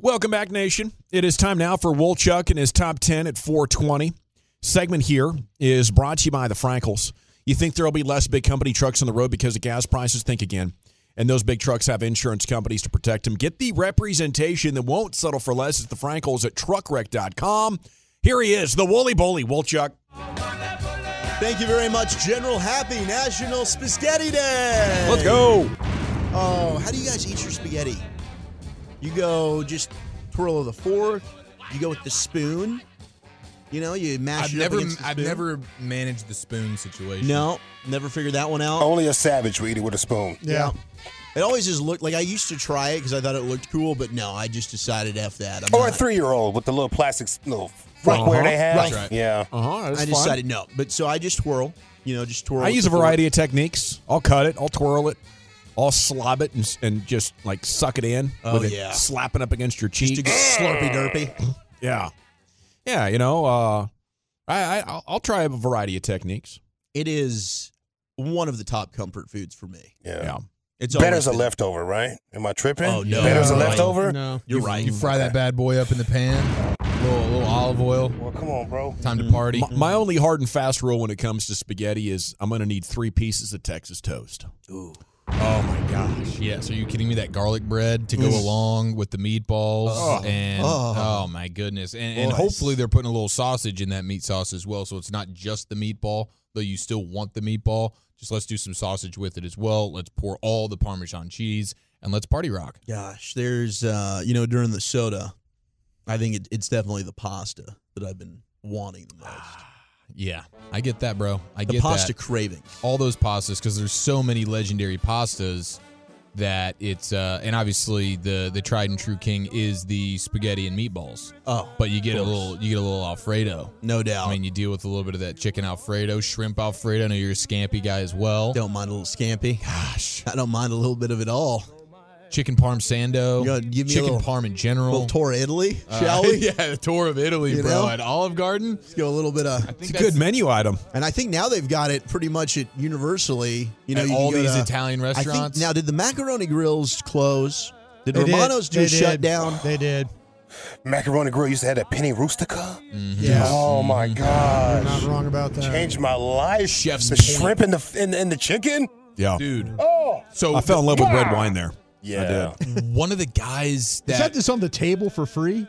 [SPEAKER 1] Welcome back, Nation. It is time now for Wolchuk and his top 10 at 420. Segment here is brought to you by the Frankels. You think there'll be less big company trucks on the road because of gas prices? Think again. And those big trucks have insurance companies to protect them. Get the representation that won't settle for less at the Frankels at truckwreck.com. Here he is, the Wooly Bully, Wolchuk.
[SPEAKER 4] Thank you very much, General. Happy National Spaghetti Day.
[SPEAKER 1] Let's go.
[SPEAKER 4] Oh, how do you guys eat your spaghetti? You go just twirl of the fork. You go with the spoon. You know, you mash
[SPEAKER 5] I've
[SPEAKER 4] it up
[SPEAKER 5] never,
[SPEAKER 4] against the
[SPEAKER 5] I've
[SPEAKER 4] spoon.
[SPEAKER 5] never managed the spoon situation.
[SPEAKER 4] No, never figured that one out.
[SPEAKER 6] Only a savage would eat it with a spoon.
[SPEAKER 4] Yeah. It always just looked like I used to try it because I thought it looked cool, but no, I just decided F that. I'm
[SPEAKER 6] Or a
[SPEAKER 4] not. Uh-huh.
[SPEAKER 6] three year old with the little plastic s- little Where they have.
[SPEAKER 5] That's right.
[SPEAKER 6] Yeah.
[SPEAKER 1] Uh-huh,
[SPEAKER 4] I decided no. But so I just twirl, you know, just twirl.
[SPEAKER 1] I
[SPEAKER 4] with
[SPEAKER 1] use a
[SPEAKER 4] the fork.
[SPEAKER 1] variety of techniques. I'll cut it, I'll twirl it, I'll slob it and, and just like suck it in
[SPEAKER 4] Oh,
[SPEAKER 1] with it
[SPEAKER 4] yeah.
[SPEAKER 1] slapping up against your cheek.
[SPEAKER 4] Just to get slurpy derpy.
[SPEAKER 1] Yeah, yeah. You know, uh, I, I I'll- I'll try a variety of techniques.
[SPEAKER 4] It is one of the top comfort foods for me.
[SPEAKER 6] Yeah.
[SPEAKER 1] Yeah,
[SPEAKER 4] It's
[SPEAKER 6] Better's
[SPEAKER 4] always
[SPEAKER 6] a
[SPEAKER 4] been-
[SPEAKER 6] leftover, right? Am I tripping?
[SPEAKER 4] Oh, no.
[SPEAKER 6] Better's a
[SPEAKER 4] No.
[SPEAKER 6] leftover?
[SPEAKER 2] No.
[SPEAKER 4] You're
[SPEAKER 5] You-
[SPEAKER 4] right.
[SPEAKER 5] You fry that bad boy up in the pan. A little, a little olive oil.
[SPEAKER 6] Well, come on, bro.
[SPEAKER 5] Time to party.
[SPEAKER 1] my, my only hard and fast rule when it comes to spaghetti is I'm going to need three pieces of Texas toast.
[SPEAKER 5] Oh my gosh! Yes, are you kidding me? That garlic bread to go along with the meatballs, and
[SPEAKER 4] Oh.
[SPEAKER 5] oh. my goodness! And, and
[SPEAKER 4] Boys.
[SPEAKER 5] hopefully they're putting a little sausage in that meat sauce as well, so it's not just the meatball. Though you still want the meatball, just let's do some sausage with it as well. Let's pour all the Parmesan cheese and let's party rock.
[SPEAKER 4] Gosh, there's, uh, you know, during the soda, I think it, it's definitely the pasta that I've been wanting the most.
[SPEAKER 5] Yeah, I get that, bro. I
[SPEAKER 4] The
[SPEAKER 5] get
[SPEAKER 4] pasta
[SPEAKER 5] that.
[SPEAKER 4] craving.
[SPEAKER 5] all those pastas because there's so many legendary pastas that it's uh, and obviously the the tried and true king is the spaghetti and meatballs.
[SPEAKER 4] Oh,
[SPEAKER 5] But you get a
[SPEAKER 4] course. Oh.
[SPEAKER 5] little, you get a little Alfredo.
[SPEAKER 4] no doubt.
[SPEAKER 5] I mean, you deal with a little bit of that chicken Alfredo, shrimp Alfredo. I know you're a scampi guy as well.
[SPEAKER 4] don't mind a little scampy.
[SPEAKER 5] Gosh,
[SPEAKER 4] I don't mind a little bit of it all.
[SPEAKER 5] chicken parm sando,
[SPEAKER 4] You gotta give me a
[SPEAKER 5] chicken
[SPEAKER 4] little-
[SPEAKER 5] parm in
[SPEAKER 4] A
[SPEAKER 5] general.
[SPEAKER 4] little tour of Italy,
[SPEAKER 5] Uh,
[SPEAKER 4] shall we?
[SPEAKER 5] yeah, the tour of Italy,
[SPEAKER 4] You
[SPEAKER 5] bro,
[SPEAKER 4] know?
[SPEAKER 5] at Olive Garden.
[SPEAKER 4] Let's go a little bit of,
[SPEAKER 1] It's a good menu item.
[SPEAKER 4] and I think now they've got it pretty much at universally. You know,
[SPEAKER 5] At
[SPEAKER 4] you can
[SPEAKER 5] all
[SPEAKER 4] go
[SPEAKER 5] these
[SPEAKER 4] to-
[SPEAKER 5] Italian
[SPEAKER 4] I think-
[SPEAKER 5] restaurants.
[SPEAKER 4] now, did the macaroni grills close? Did
[SPEAKER 2] They did.
[SPEAKER 4] Romano's
[SPEAKER 2] They
[SPEAKER 4] just
[SPEAKER 2] did.
[SPEAKER 4] shut down?
[SPEAKER 2] They did.
[SPEAKER 6] Macaroni Grill used to have that penny rustica.
[SPEAKER 2] Yeah.
[SPEAKER 6] Oh, my
[SPEAKER 2] Mm-hmm. You're not
[SPEAKER 6] gosh.
[SPEAKER 2] wrong about that.
[SPEAKER 6] Changed my life.
[SPEAKER 5] Chef's
[SPEAKER 6] the
[SPEAKER 5] point.
[SPEAKER 6] shrimp and the and, and the chicken.
[SPEAKER 1] Yeah,
[SPEAKER 5] dude.
[SPEAKER 6] Oh,
[SPEAKER 5] So
[SPEAKER 1] I fell in love with red wine there.
[SPEAKER 6] yeah.
[SPEAKER 5] one of the guys
[SPEAKER 2] Is that
[SPEAKER 5] that
[SPEAKER 2] this on the table for free?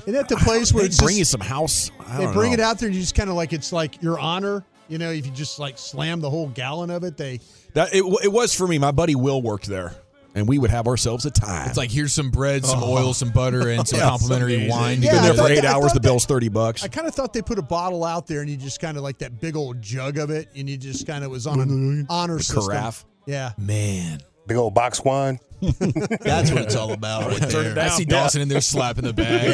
[SPEAKER 2] Isn't that the place where
[SPEAKER 1] They
[SPEAKER 2] it's
[SPEAKER 1] bring
[SPEAKER 2] just-
[SPEAKER 1] you some house. I
[SPEAKER 2] they
[SPEAKER 1] don't
[SPEAKER 2] bring
[SPEAKER 1] know.
[SPEAKER 2] it out there and you just kind of like it's like your honor you know if you just like slam the whole gallon of it they
[SPEAKER 1] That it, w- it was for me. My buddy Will worked there, and we would have ourselves a time.
[SPEAKER 5] It's like here's some bread, some oil, some butter, and some
[SPEAKER 1] Yeah.
[SPEAKER 5] complimentary wine. to
[SPEAKER 2] Yeah,
[SPEAKER 5] go
[SPEAKER 1] been there
[SPEAKER 5] with
[SPEAKER 1] for
[SPEAKER 5] it.
[SPEAKER 2] I
[SPEAKER 1] eight
[SPEAKER 2] thought
[SPEAKER 1] hours. The
[SPEAKER 2] that-
[SPEAKER 1] bill's thirty bucks.
[SPEAKER 2] i kind of thought they put a bottle out there and you just kind of like that big old jug of it and you just kind of was on an honor system
[SPEAKER 1] carafe.
[SPEAKER 2] yeah
[SPEAKER 5] Man,
[SPEAKER 6] Big old box wine.
[SPEAKER 4] That's what it's all about right there.
[SPEAKER 5] I see Dawson in there slapping the bag.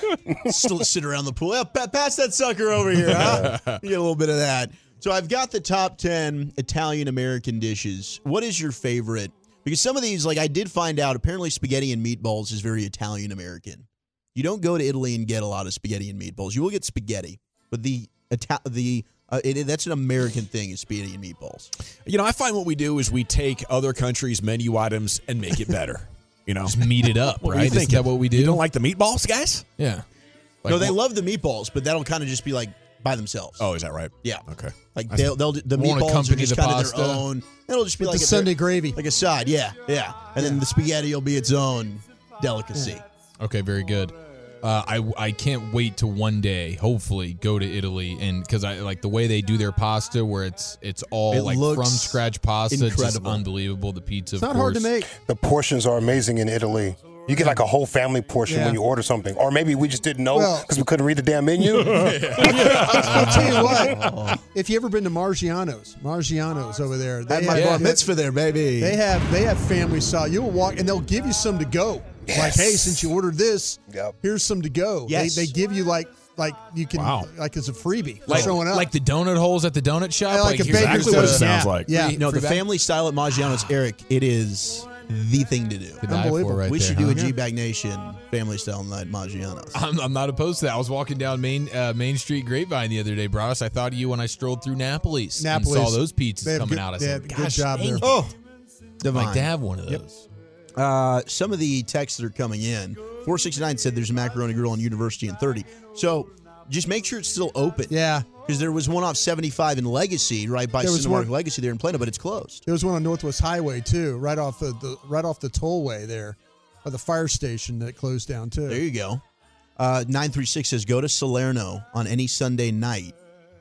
[SPEAKER 4] Yeah. Still sit around the pool. Yeah, pa- pass that sucker over here, huh? You get a little bit of that. So I've got the top 10 Italian American dishes. What is your favorite? Because some of these, like I did find out, apparently spaghetti and meatballs is very Italian American. You don't go to Italy and get a lot of spaghetti and meatballs. You will get spaghetti, but the Ita- the uh, it, it- that's an American thing is spaghetti and meatballs.
[SPEAKER 1] You know, I find what we do is we take other countries' menu items and make it better. You know,
[SPEAKER 5] Just meat it up,
[SPEAKER 1] What were you
[SPEAKER 5] right? Isn't
[SPEAKER 1] thinking?
[SPEAKER 5] that what we do?
[SPEAKER 1] you don't like the meatballs, guys?
[SPEAKER 5] yeah. Like,
[SPEAKER 4] no, they love the meatballs, but that'll kind of just be like by themselves.
[SPEAKER 1] Oh, is that right?
[SPEAKER 4] yeah,
[SPEAKER 1] Okay.
[SPEAKER 4] like they'll they'll the
[SPEAKER 5] Won't
[SPEAKER 4] meatballs are
[SPEAKER 5] accompany
[SPEAKER 4] just
[SPEAKER 5] the
[SPEAKER 4] kind of
[SPEAKER 5] pasta.
[SPEAKER 4] their own. It'll just be
[SPEAKER 2] with
[SPEAKER 4] like
[SPEAKER 2] the
[SPEAKER 4] a-
[SPEAKER 2] sunday gravy
[SPEAKER 4] like a side. Yeah, yeah. And then the spaghetti will be its own delicacy.
[SPEAKER 5] Okay, very good. Uh, I I can't wait to one day, hopefully, go to Italy and because I like the way they do their pasta, where it's it's all
[SPEAKER 4] It
[SPEAKER 5] like
[SPEAKER 4] looks
[SPEAKER 5] from scratch pasta, It's just
[SPEAKER 4] incredible.
[SPEAKER 5] unbelievable. The pizza,
[SPEAKER 2] it's not hard to make
[SPEAKER 6] The portions are amazing in Italy. You get like a whole family portion when you order something, or maybe we just didn't know
[SPEAKER 2] Well-
[SPEAKER 6] because we couldn't read the damn menu.
[SPEAKER 2] I'll tell you what. If you ever been to Margiano's, Margiano's over there,
[SPEAKER 4] Had my bar mitzvah there, baby.
[SPEAKER 2] They have they have family style. You'll walk and they'll give you some to go. Like, hey, since you ordered this, here's some to go.
[SPEAKER 4] Yes.
[SPEAKER 2] They, they give you like like you can
[SPEAKER 5] Wow.
[SPEAKER 2] like it's a freebie. for
[SPEAKER 5] Like,
[SPEAKER 2] showing up.
[SPEAKER 5] like the donut holes at the donut shop.
[SPEAKER 2] Yeah, like a
[SPEAKER 5] here's-
[SPEAKER 2] baker's
[SPEAKER 5] exactly what it
[SPEAKER 2] dozen.
[SPEAKER 5] sounds
[SPEAKER 2] Yeah.
[SPEAKER 5] like.
[SPEAKER 2] Yeah.
[SPEAKER 4] no, the
[SPEAKER 2] Free bag.
[SPEAKER 4] family style at Maggiano's, Eric. It is the thing to do.
[SPEAKER 5] To die for
[SPEAKER 2] Unbelievable.
[SPEAKER 5] right
[SPEAKER 4] we
[SPEAKER 5] there,
[SPEAKER 4] should do
[SPEAKER 5] huh?
[SPEAKER 4] a G Bag Nation family style night at Maggiano's.
[SPEAKER 5] I'm, I'm not opposed to that. I was walking down Main uh, Main Street Grapevine the other day, Bros. I thought of you when I strolled through Napoli's,
[SPEAKER 2] Napoli's.
[SPEAKER 5] and saw those
[SPEAKER 2] They
[SPEAKER 5] pizzas
[SPEAKER 2] have
[SPEAKER 5] coming
[SPEAKER 2] good-
[SPEAKER 5] out. I
[SPEAKER 2] they
[SPEAKER 5] said,
[SPEAKER 2] have good
[SPEAKER 5] "Gosh,
[SPEAKER 2] job
[SPEAKER 5] dang
[SPEAKER 2] there."
[SPEAKER 5] it."
[SPEAKER 2] Oh,
[SPEAKER 5] I'd like to
[SPEAKER 4] Divine.
[SPEAKER 5] have one of those.
[SPEAKER 4] Uh, some of the texts that are coming in 469 said there's a macaroni grill on University and 30. So just make sure it's still open.
[SPEAKER 2] yeah.
[SPEAKER 4] Because there was one off 75 in Legacy, right by
[SPEAKER 2] There was
[SPEAKER 4] Cinemark
[SPEAKER 2] one-
[SPEAKER 4] Legacy there in Plano, but it's closed.
[SPEAKER 2] There was one on Northwest Highway too, right off the, the right off the tollway there, by the fire station that closed down too.
[SPEAKER 4] There you go. Uh, 936 says go to Salerno on any Sunday night,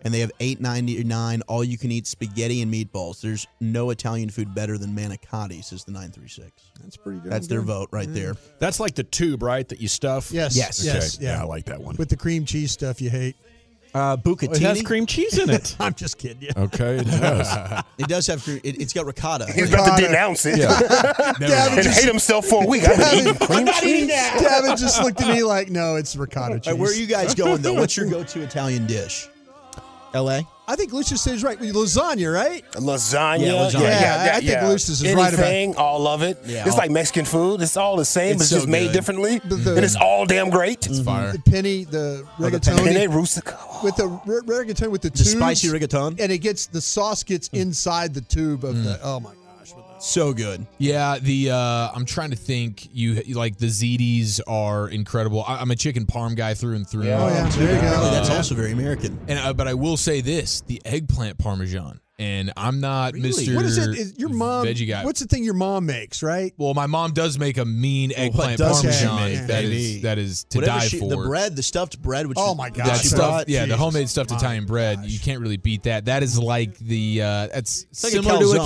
[SPEAKER 4] and they have 8.99 all you can eat spaghetti and meatballs. There's no Italian food better than manicotti, says the 936.
[SPEAKER 2] That's pretty good. Mm.
[SPEAKER 4] That's their vote right there.
[SPEAKER 1] That's like the tube, right? That you stuff.
[SPEAKER 2] Yes.
[SPEAKER 4] Yes.
[SPEAKER 2] Yes.
[SPEAKER 1] Yeah, I like that one.
[SPEAKER 2] With the cream cheese stuff you hate.
[SPEAKER 4] Uh, bucatini.
[SPEAKER 1] cheese in it.
[SPEAKER 2] I'm just kidding. Yeah.
[SPEAKER 1] okay, it does.
[SPEAKER 4] It does have. cre- It, it's got ricotta.
[SPEAKER 6] He's about to denounce it and hate himself for a week. I've been eating cream cheese.
[SPEAKER 2] Gavin just looked at me like, no, it's ricotta cheese.
[SPEAKER 4] All right, where are you guys going though? What's your go-to Italian dish? L.A.
[SPEAKER 2] I think Lucius is right. Lasagna, right?
[SPEAKER 6] Lasagna,
[SPEAKER 4] Yeah, lasagna.
[SPEAKER 2] Yeah, I think Lucius is
[SPEAKER 6] Anything,
[SPEAKER 2] right about-
[SPEAKER 6] all of it.
[SPEAKER 4] Yeah,
[SPEAKER 6] it's
[SPEAKER 4] all-
[SPEAKER 6] like Mexican food. It's all the same,
[SPEAKER 4] It's
[SPEAKER 6] but it's
[SPEAKER 4] so
[SPEAKER 6] just made
[SPEAKER 4] good. Mm.
[SPEAKER 6] differently,
[SPEAKER 2] But the-
[SPEAKER 6] and it's all damn great.
[SPEAKER 5] It's fire.
[SPEAKER 2] The penny, the
[SPEAKER 4] Oh, the
[SPEAKER 2] rigatoni.
[SPEAKER 4] penny.
[SPEAKER 6] And they rustica.
[SPEAKER 2] with the ri- rigatoni with the,
[SPEAKER 4] The spicy Hmm.
[SPEAKER 2] tubes,
[SPEAKER 4] rigatoni.
[SPEAKER 2] And it gets, the sauce gets inside the tube of the,
[SPEAKER 4] Hmm.
[SPEAKER 2] oh my gosh. with the-
[SPEAKER 4] So good.
[SPEAKER 5] Yeah, the uh, I'm trying to think. You like the ZDs are incredible. I, I'm a chicken parm guy through and through.
[SPEAKER 6] Yeah.
[SPEAKER 2] Oh, yeah. There you go.
[SPEAKER 4] Really, that's
[SPEAKER 2] Yeah.
[SPEAKER 4] also very American.
[SPEAKER 5] And uh, but I will say this: the eggplant parmesan. And I'm not Mr.
[SPEAKER 2] What is it? Is your mom,
[SPEAKER 5] veggie guy.
[SPEAKER 2] what's the thing your mom makes, right?
[SPEAKER 5] well, my mom does make a mean eggplant
[SPEAKER 4] does she
[SPEAKER 5] parmesan.
[SPEAKER 2] Oh, make,
[SPEAKER 5] that
[SPEAKER 4] baby?
[SPEAKER 5] is that is to
[SPEAKER 4] Whatever
[SPEAKER 5] die
[SPEAKER 4] she-
[SPEAKER 5] for.
[SPEAKER 4] The bread, the stuffed bread, which
[SPEAKER 2] Oh
[SPEAKER 4] is-
[SPEAKER 2] my gosh,
[SPEAKER 5] that
[SPEAKER 2] Gotcha.
[SPEAKER 5] stuff,
[SPEAKER 2] Right.
[SPEAKER 5] yeah,
[SPEAKER 2] Jesus.
[SPEAKER 5] the homemade stuffed
[SPEAKER 2] My
[SPEAKER 5] Italian bread. You can't really beat that. That is like the uh that's
[SPEAKER 4] like a
[SPEAKER 5] similar to a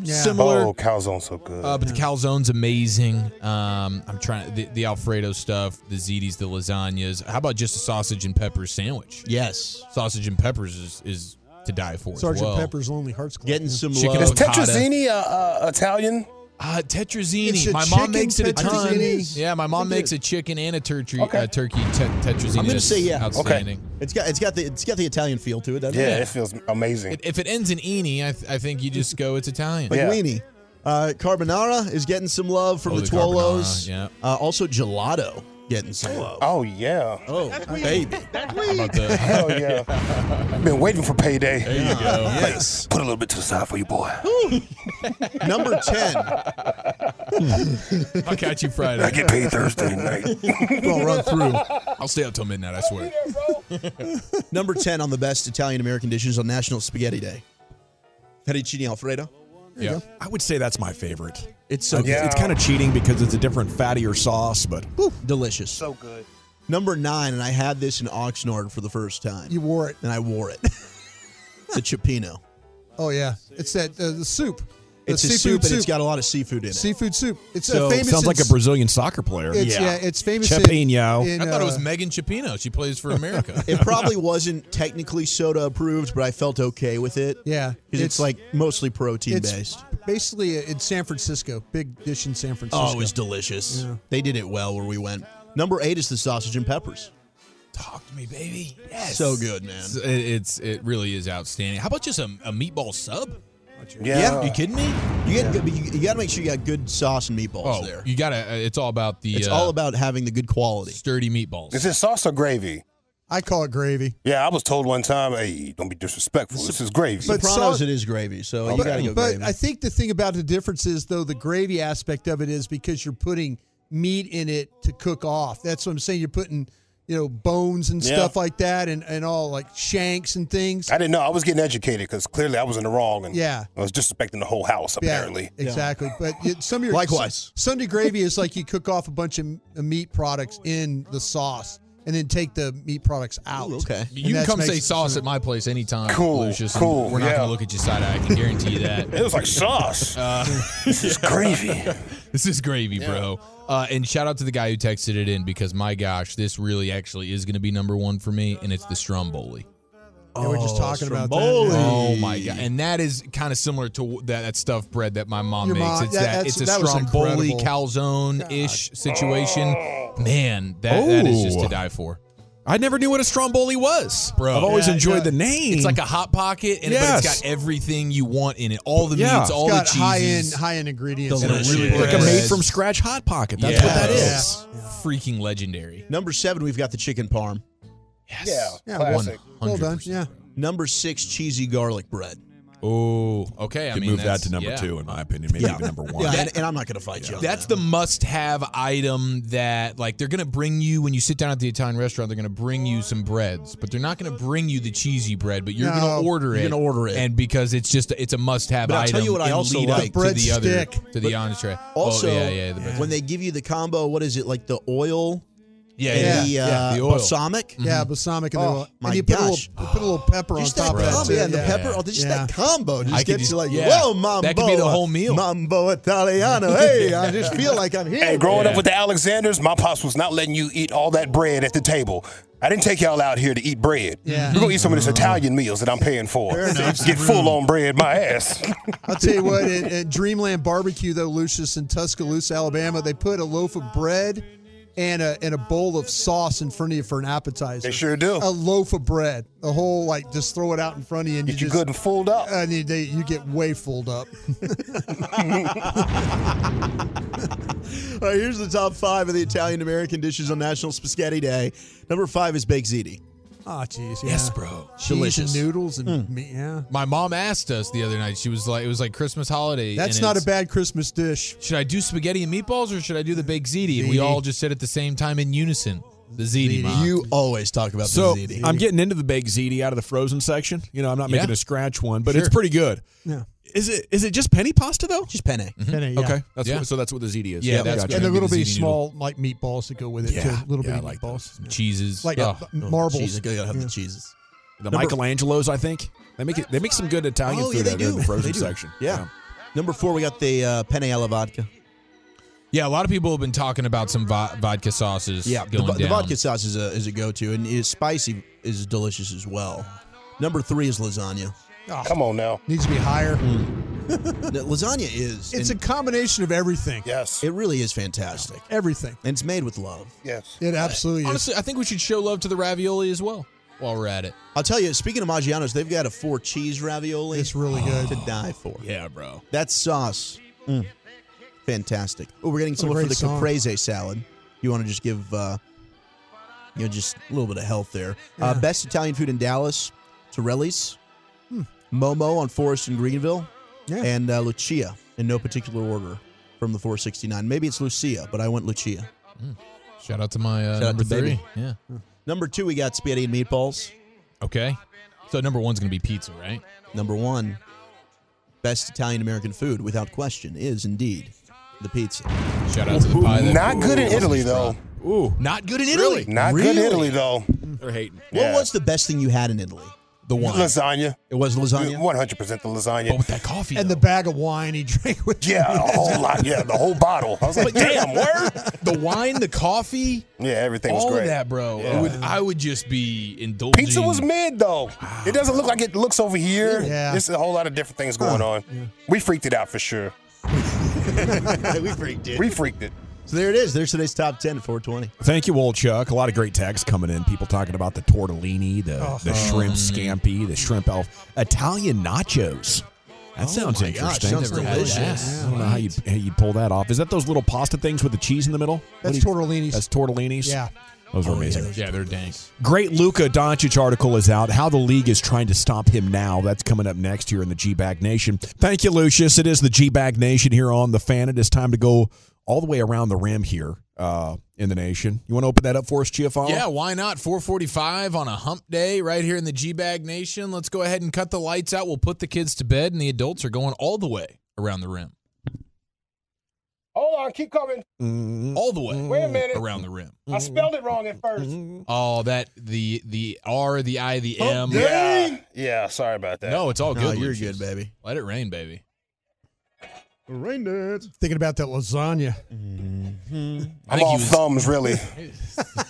[SPEAKER 5] calzone,
[SPEAKER 2] Yeah.
[SPEAKER 5] similar.
[SPEAKER 6] Oh, calzone's so good.
[SPEAKER 5] Uh, but the calzone's amazing. Um, I'm trying the, the Alfredo stuff, the ziti's, the lasagnas. How about just a sausage and peppers sandwich?
[SPEAKER 4] Yes,
[SPEAKER 5] Sausage and peppers is, is to die for. as
[SPEAKER 2] Sergeant
[SPEAKER 5] well.
[SPEAKER 2] Pepper's Lonely Hearts Club.
[SPEAKER 4] getting
[SPEAKER 2] Yeah.
[SPEAKER 4] some
[SPEAKER 5] Chicken
[SPEAKER 4] love.
[SPEAKER 6] is
[SPEAKER 5] avocado.
[SPEAKER 6] Tetrazzini uh, uh, Italian?
[SPEAKER 5] Uh,
[SPEAKER 2] It's
[SPEAKER 5] tetrazzini.
[SPEAKER 2] a
[SPEAKER 5] My mom
[SPEAKER 2] chicken
[SPEAKER 5] makes it a ton.
[SPEAKER 2] tetrazzini.
[SPEAKER 5] Yeah, my mom
[SPEAKER 2] I think
[SPEAKER 5] makes
[SPEAKER 2] it-
[SPEAKER 5] a chicken and a turkey.
[SPEAKER 6] Okay.
[SPEAKER 5] Uh, turkey te- tetrazzini.
[SPEAKER 4] I'm gonna
[SPEAKER 5] That's
[SPEAKER 4] say yeah. Okay.
[SPEAKER 5] Outstanding.
[SPEAKER 4] It's got it's got the it's got the Italian feel to it. Doesn't
[SPEAKER 6] Yeah,
[SPEAKER 4] it?
[SPEAKER 6] it feels amazing.
[SPEAKER 5] If it ends in "ini," I, th- I think you just go. It's Italian.
[SPEAKER 6] Yeah.
[SPEAKER 4] Linguini. Uh, carbonara is getting some love from
[SPEAKER 5] Oh,
[SPEAKER 4] the
[SPEAKER 5] the carbonara,
[SPEAKER 4] Twolos.
[SPEAKER 5] yeah.
[SPEAKER 4] Uh, also gelato getting some love.
[SPEAKER 6] oh yeah,
[SPEAKER 4] Oh, baby.
[SPEAKER 5] How about the
[SPEAKER 6] oh yeah. been waiting for payday. There you go.
[SPEAKER 4] Yes.
[SPEAKER 6] Put a little bit to the side for you, boy.
[SPEAKER 4] Number 10.
[SPEAKER 5] I'll catch you
[SPEAKER 6] I
[SPEAKER 5] Friday.
[SPEAKER 6] get paid Thursday night.
[SPEAKER 4] I'll run through.
[SPEAKER 5] I'll stay up till midnight. I swear.
[SPEAKER 4] Number 10 on the best Italian American dishes on National Spaghetti Day. Fettuccine Alfredo.
[SPEAKER 5] Yeah.
[SPEAKER 1] I would say that's my favorite. Uh,
[SPEAKER 4] It's so
[SPEAKER 1] It's-
[SPEAKER 6] Yeah.
[SPEAKER 1] It's kind of cheating because it's a different fattier sauce, but
[SPEAKER 4] good. Woo, delicious.
[SPEAKER 6] so good.
[SPEAKER 4] Number 9, and I had this in Oxnard for the first time,
[SPEAKER 2] You wore it.
[SPEAKER 4] and I wore it. the Chipino.
[SPEAKER 2] Oh, yeah. It's that, uh, the soup. The
[SPEAKER 4] It's a
[SPEAKER 2] seafood
[SPEAKER 4] soup, and it's got a lot of seafood in it.
[SPEAKER 2] Seafood soup. It's
[SPEAKER 4] So,
[SPEAKER 2] a famous.
[SPEAKER 1] sounds like a
[SPEAKER 2] it's-
[SPEAKER 1] Brazilian soccer player.
[SPEAKER 2] It's, yeah. it's famous. in-
[SPEAKER 1] Cepinho.
[SPEAKER 2] in,
[SPEAKER 5] I thought it was
[SPEAKER 2] uh,
[SPEAKER 5] Megan Chapino. She plays for America.
[SPEAKER 4] It probably wasn't technically soda approved, but I felt okay with it.
[SPEAKER 2] Yeah,
[SPEAKER 4] 'Cause it's, like mostly protein
[SPEAKER 2] it's
[SPEAKER 4] based.
[SPEAKER 2] basically in San Francisco. Big dish in San Francisco.
[SPEAKER 4] Oh, it was delicious. They did it well where we went. Number eight is the sausage and peppers.
[SPEAKER 5] Talk to me, baby. Yes.
[SPEAKER 4] So good, man.
[SPEAKER 5] It's, it's it really is outstanding. How about just a, a meatball sub?
[SPEAKER 6] Yeah.
[SPEAKER 5] You kidding me?
[SPEAKER 4] You get good, but you, you got to make sure you got good sauce and meatballs
[SPEAKER 5] Oh,
[SPEAKER 4] there.
[SPEAKER 5] you gotta. uh, It's all about the.
[SPEAKER 4] It's
[SPEAKER 5] uh,
[SPEAKER 4] all about having the good quality.
[SPEAKER 5] sturdy meatballs.
[SPEAKER 6] Is it sauce or gravy?
[SPEAKER 2] I call it gravy.
[SPEAKER 6] Yeah, I was told one time, hey, don't be disrespectful. This is gravy.
[SPEAKER 2] But
[SPEAKER 4] Sopranos,
[SPEAKER 2] sauce-
[SPEAKER 4] it is gravy, so you
[SPEAKER 2] but
[SPEAKER 4] got to go
[SPEAKER 2] but
[SPEAKER 4] gravy.
[SPEAKER 2] I think the thing about the difference is though the gravy aspect of it is because you're putting meat in it to cook off. That's what I'm saying. You're putting you know bones and
[SPEAKER 6] Yeah.
[SPEAKER 2] stuff like that, and and all like shanks and things.
[SPEAKER 6] I didn't know. I was getting educated because clearly I was in the wrong and
[SPEAKER 2] Yeah.
[SPEAKER 6] I was disrespecting the whole house, apparently.
[SPEAKER 2] Yeah, exactly. But it, some of your
[SPEAKER 4] Likewise.
[SPEAKER 2] S- Sunday gravy is like you cook off a bunch of m- uh, meat products in the sauce, and then take the meat products out.
[SPEAKER 4] Ooh, okay.
[SPEAKER 2] And
[SPEAKER 5] You can
[SPEAKER 2] that's
[SPEAKER 5] come
[SPEAKER 2] makes
[SPEAKER 5] say
[SPEAKER 2] it-
[SPEAKER 5] sauce at my place anytime,
[SPEAKER 6] Cool,
[SPEAKER 5] Lucius. and
[SPEAKER 6] cool,
[SPEAKER 5] We're not
[SPEAKER 6] yeah.
[SPEAKER 5] gonna look at you side eye. I can guarantee you that.
[SPEAKER 6] It was like sauce. this is gravy.
[SPEAKER 5] Uh, This is gravy,
[SPEAKER 6] Yeah.
[SPEAKER 5] bro. Uh, and shout out to the guy who texted it in because my gosh, this really actually is going to be number one for me, and it's the Stromboli.
[SPEAKER 2] Yeah, we're just talking about that.
[SPEAKER 4] Stromboli.
[SPEAKER 5] Oh my god! And that is kind of similar to that, that stuffed bread that my mom
[SPEAKER 2] Your
[SPEAKER 5] makes.
[SPEAKER 2] mom-
[SPEAKER 5] it's
[SPEAKER 2] that-
[SPEAKER 5] that,
[SPEAKER 2] that's-
[SPEAKER 5] it's a
[SPEAKER 2] that was
[SPEAKER 5] Stromboli
[SPEAKER 2] incredible. Oh.
[SPEAKER 5] calzone ish situation. Man, that, that is just
[SPEAKER 1] Oh.
[SPEAKER 5] to die for,
[SPEAKER 1] I never knew what a Stromboli was.
[SPEAKER 5] bro.
[SPEAKER 1] I've always
[SPEAKER 2] Yeah,
[SPEAKER 1] enjoyed
[SPEAKER 2] yeah.
[SPEAKER 1] the name.
[SPEAKER 5] It's like a hot pocket, and but
[SPEAKER 1] Yes.
[SPEAKER 5] it's got everything you want in it. All the
[SPEAKER 1] Yeah. It's
[SPEAKER 5] meats, all
[SPEAKER 2] It's got
[SPEAKER 5] the
[SPEAKER 2] high end
[SPEAKER 5] cheeses.
[SPEAKER 2] high end ingredients.
[SPEAKER 5] And it
[SPEAKER 1] Delicious.
[SPEAKER 5] really
[SPEAKER 1] like a
[SPEAKER 5] is.
[SPEAKER 1] made from scratch hot pocket. That's what that
[SPEAKER 5] Yes.
[SPEAKER 1] is.
[SPEAKER 5] Freaking legendary.
[SPEAKER 4] Number seven, we've got the chicken parm.
[SPEAKER 5] Yes.
[SPEAKER 2] Yeah,
[SPEAKER 6] Classic.
[SPEAKER 2] Well done. Yeah.
[SPEAKER 4] Number six, cheesy garlic bread.
[SPEAKER 5] Oh, okay. I
[SPEAKER 1] Could
[SPEAKER 5] mean,
[SPEAKER 1] move that
[SPEAKER 5] that's-
[SPEAKER 1] to number
[SPEAKER 5] yeah.
[SPEAKER 1] two, in my opinion. Maybe
[SPEAKER 4] Yeah.
[SPEAKER 1] even number one.
[SPEAKER 4] Yeah, and, and I'm not going to fight you. on
[SPEAKER 5] That's
[SPEAKER 4] that.
[SPEAKER 5] the must-have item that, like, they're gonna bring you when you sit down at the Italian restaurant. They're gonna bring you some breads, but they're not gonna bring you the cheesy bread. But you're
[SPEAKER 2] No,
[SPEAKER 5] gonna order it.
[SPEAKER 4] you're gonna order it.
[SPEAKER 5] and because it's just it's a must-have
[SPEAKER 4] But I'll
[SPEAKER 5] item.
[SPEAKER 4] tell you what I
[SPEAKER 5] and
[SPEAKER 4] also
[SPEAKER 5] lead up
[SPEAKER 4] like.
[SPEAKER 5] to
[SPEAKER 2] Bread
[SPEAKER 5] the other
[SPEAKER 2] stick.
[SPEAKER 5] to the entree. Oh,
[SPEAKER 4] also
[SPEAKER 5] yeah, yeah, the bread stick.
[SPEAKER 4] when they give you the combo. What is it like the oil
[SPEAKER 5] yeah,
[SPEAKER 4] and
[SPEAKER 5] yeah,
[SPEAKER 4] the,
[SPEAKER 5] yeah,
[SPEAKER 4] uh,
[SPEAKER 5] the oil. Mm-hmm.
[SPEAKER 4] balsamic?
[SPEAKER 2] Yeah, balsamic and
[SPEAKER 4] Oh,
[SPEAKER 2] the oil.
[SPEAKER 4] my
[SPEAKER 2] and you put a,
[SPEAKER 4] gosh.
[SPEAKER 2] little, you put a little pepper
[SPEAKER 4] Just
[SPEAKER 2] on
[SPEAKER 4] that
[SPEAKER 2] top of that.
[SPEAKER 4] combo
[SPEAKER 2] too.
[SPEAKER 4] and the
[SPEAKER 2] Yeah.
[SPEAKER 4] pepper. Oh, just that
[SPEAKER 2] Yeah.
[SPEAKER 4] combo just
[SPEAKER 5] I could
[SPEAKER 4] gets
[SPEAKER 5] just-
[SPEAKER 4] you like,
[SPEAKER 5] yeah.
[SPEAKER 4] whoa, mambo.
[SPEAKER 5] That could be the whole meal.
[SPEAKER 4] Mambo Italiano. Hey, I just feel like I'm here.
[SPEAKER 6] Hey, growing
[SPEAKER 5] Yeah.
[SPEAKER 6] up with the Alexanders, my pops was not letting you eat all that bread at the table. I didn't take y'all out here to eat bread.
[SPEAKER 2] Yeah.
[SPEAKER 6] We're gonna eat some of
[SPEAKER 4] Mm-hmm.
[SPEAKER 6] this Italian meals that I'm paying for. Get full on bread, my ass.
[SPEAKER 2] I'll tell you what, at, at Dreamland Barbecue, though, Lucius in Tuscaloosa, Alabama, they put a loaf of bread and a, and a bowl of sauce in front of you for an appetizer.
[SPEAKER 6] They sure do.
[SPEAKER 2] A loaf of bread. The whole, like, just throw it out in front of you and
[SPEAKER 6] Get
[SPEAKER 2] you
[SPEAKER 6] you
[SPEAKER 2] just.
[SPEAKER 6] good and fooled up.
[SPEAKER 2] I mean, they, you get way fooled up.
[SPEAKER 4] All right, here's the top five of the Italian American dishes on National Spaghetti Day. Number five is baked ziti.
[SPEAKER 2] oh, jeez.
[SPEAKER 5] Yes,
[SPEAKER 2] yeah.
[SPEAKER 5] bro.
[SPEAKER 2] Cheese
[SPEAKER 4] Delicious.
[SPEAKER 2] and noodles and meat. Yeah.
[SPEAKER 5] My mom asked us the other night. She was like, it was like Christmas holiday.
[SPEAKER 2] That's
[SPEAKER 5] and
[SPEAKER 2] not a
[SPEAKER 5] it's-
[SPEAKER 2] bad Christmas dish.
[SPEAKER 5] Should I do spaghetti and meatballs or should I do the baked ziti? And we
[SPEAKER 2] Ziti.
[SPEAKER 5] all just said at the same time in unison, the ziti. Mom.
[SPEAKER 4] You always talk about
[SPEAKER 1] So
[SPEAKER 4] the ziti.
[SPEAKER 1] I'm getting into the baked ziti out of the frozen section. You know, I'm not making
[SPEAKER 5] Yeah.
[SPEAKER 1] a scratch one, but
[SPEAKER 5] Sure.
[SPEAKER 1] it's pretty good.
[SPEAKER 2] Yeah.
[SPEAKER 1] Is it is it just penny pasta though? Mm-hmm.
[SPEAKER 4] just penne.
[SPEAKER 2] Penne, yeah.
[SPEAKER 1] Okay, that's
[SPEAKER 5] Yeah.
[SPEAKER 1] What, so that's what the ziti is.
[SPEAKER 5] Yeah,
[SPEAKER 1] gotcha.
[SPEAKER 5] that's Trying
[SPEAKER 2] Hmm? And
[SPEAKER 5] to
[SPEAKER 2] there
[SPEAKER 5] get
[SPEAKER 2] will
[SPEAKER 5] the
[SPEAKER 2] be
[SPEAKER 5] ziti
[SPEAKER 2] small, like, meatballs that go with it,
[SPEAKER 1] Yeah.
[SPEAKER 2] too. Little
[SPEAKER 1] Yeah,
[SPEAKER 2] bit
[SPEAKER 1] I like
[SPEAKER 2] meatballs.
[SPEAKER 5] cheeses.
[SPEAKER 2] Like
[SPEAKER 5] Oh.
[SPEAKER 2] uh, marbles.
[SPEAKER 4] Jeez, I gotta have
[SPEAKER 2] Yeah.
[SPEAKER 4] the cheeses.
[SPEAKER 1] the Michelangelos. I think they make it. They make some good Italian
[SPEAKER 4] Oh, yeah,
[SPEAKER 1] food
[SPEAKER 4] they
[SPEAKER 1] out there in
[SPEAKER 4] do.
[SPEAKER 1] the frozen
[SPEAKER 4] They do.
[SPEAKER 1] section.
[SPEAKER 4] Yeah. Number four, we got the uh, penne alla vodka.
[SPEAKER 5] Yeah, a lot of people have been talking about some vo- vodka sauces.
[SPEAKER 4] Yeah, the,
[SPEAKER 5] going
[SPEAKER 4] vo- the
[SPEAKER 5] down.
[SPEAKER 4] vodka sauce is a is a go to, and is spicy is delicious as well. Number three is lasagna.
[SPEAKER 2] Oh.
[SPEAKER 6] Come on now.
[SPEAKER 2] Needs to be higher.
[SPEAKER 4] The lasagna is
[SPEAKER 2] It's a
[SPEAKER 4] and
[SPEAKER 2] combination of everything.
[SPEAKER 6] Yes.
[SPEAKER 4] it really is fantastic,
[SPEAKER 2] Everything.
[SPEAKER 4] and it's made with love.
[SPEAKER 6] Yes.
[SPEAKER 2] It absolutely is.
[SPEAKER 5] Honestly, I think we should show love to the ravioli as well while we're at it.
[SPEAKER 4] I'll tell you. Speaking of Maggiano's, they've got a four cheese ravioli. Oh.
[SPEAKER 2] It's really good.
[SPEAKER 4] to die for.
[SPEAKER 5] Yeah, bro.
[SPEAKER 4] That sauce, mm, fantastic. Oh, we're getting
[SPEAKER 2] What a
[SPEAKER 4] someone for
[SPEAKER 2] great
[SPEAKER 4] the
[SPEAKER 2] song.
[SPEAKER 4] caprese salad. You want to just give, uh, you know, just a little bit of health there.
[SPEAKER 2] Yeah.
[SPEAKER 4] Uh, best Italian food in Dallas: Torelli's, hmm, Momo on Forest and Greenville,
[SPEAKER 2] Yeah.
[SPEAKER 4] and uh, Lucia in no particular order from the 469. Maybe it's Lucia, but I went Lucia.
[SPEAKER 5] Shout out to my uh,
[SPEAKER 4] Shout out
[SPEAKER 5] number
[SPEAKER 4] to
[SPEAKER 5] three.
[SPEAKER 4] baby.
[SPEAKER 5] Yeah.
[SPEAKER 4] Number two, we got spaghetti and meatballs.
[SPEAKER 5] Okay. So number one's gonna be pizza, right?
[SPEAKER 4] Number one, best Italian American food without question is indeed the pizza.
[SPEAKER 5] Shout out to the pie. that-
[SPEAKER 6] Not good in Italy though.
[SPEAKER 1] Ooh,
[SPEAKER 5] Not good in Italy.
[SPEAKER 6] Not good in Italy though.
[SPEAKER 1] they're hating.
[SPEAKER 6] Yeah.
[SPEAKER 4] What was the best thing you had in Italy?
[SPEAKER 5] The one.
[SPEAKER 6] Lasagna.
[SPEAKER 4] It was lasagna.
[SPEAKER 6] One hundred percent the
[SPEAKER 5] But
[SPEAKER 6] lasagna.
[SPEAKER 5] with that coffee.
[SPEAKER 2] and the
[SPEAKER 5] though.
[SPEAKER 2] bag of wine he drank
[SPEAKER 4] Oh.
[SPEAKER 2] with
[SPEAKER 6] Yeah, a whole lot. Yeah, the whole bottle. I was like, damn, word.
[SPEAKER 5] the wine, the coffee,
[SPEAKER 6] Yeah, everything was
[SPEAKER 5] all
[SPEAKER 6] great.
[SPEAKER 5] of that, bro. It
[SPEAKER 6] Yeah.
[SPEAKER 5] would- I would just be indulging.
[SPEAKER 6] Pizza was mid though. It doesn't look like it looks over here.
[SPEAKER 2] Yeah.
[SPEAKER 6] There's a whole lot of different things going on. We freaked it out for sure.
[SPEAKER 4] we freaked it.
[SPEAKER 6] We freaked it.
[SPEAKER 4] So there it is. There's today's top 10 at 420.
[SPEAKER 1] Thank you, old Chuck. A lot of great texts coming in. People talking about the tortellini, the,
[SPEAKER 4] Oh.
[SPEAKER 1] the shrimp scampi, the shrimp elf, Italian nachos. That sounds
[SPEAKER 4] Oh my gosh,
[SPEAKER 1] interesting.
[SPEAKER 4] sounds Never had delicious.
[SPEAKER 5] that.
[SPEAKER 1] I don't know how you how you pull that off. Is that those little pasta things with the cheese in the middle? What
[SPEAKER 2] That's
[SPEAKER 1] do you-
[SPEAKER 2] tortellinis.
[SPEAKER 1] That's tortellinis.
[SPEAKER 2] Yeah.
[SPEAKER 1] those
[SPEAKER 4] Oh,
[SPEAKER 1] are amazing.
[SPEAKER 5] Yeah, they're dank.
[SPEAKER 1] Great Luka Doncic article is out. How the league is trying to stop him now. That's coming up next here in the G Bag Nation. Thank you, Lucius. It is the G Bag Nation here on the fan. It is time to go all the way around the rim here uh, in the nation. You want to open that up for us, Chiafalo?
[SPEAKER 5] Yeah, why not? 445 on a hump day right here in the G Bag Nation. Let's go ahead and cut the lights out. We'll put the kids to bed, and the adults are going all the way around the rim.
[SPEAKER 6] Hold on, keep coming.
[SPEAKER 1] Mm,
[SPEAKER 5] All the way
[SPEAKER 6] Wait a minute.
[SPEAKER 5] around the rim.
[SPEAKER 6] I spelled it wrong at first.
[SPEAKER 5] Oh, that the the R, the I, the
[SPEAKER 6] Oh,
[SPEAKER 5] M.
[SPEAKER 6] Yeah. Yeah, sorry about that.
[SPEAKER 5] No, it's all
[SPEAKER 4] No,
[SPEAKER 5] good.
[SPEAKER 4] you're
[SPEAKER 5] Lucius.
[SPEAKER 4] good, baby.
[SPEAKER 5] Let it rain, baby.
[SPEAKER 2] Rain it. Thinking about that lasagna.
[SPEAKER 5] I
[SPEAKER 6] I'm
[SPEAKER 5] think
[SPEAKER 6] all
[SPEAKER 5] he was-
[SPEAKER 6] thumbs, really.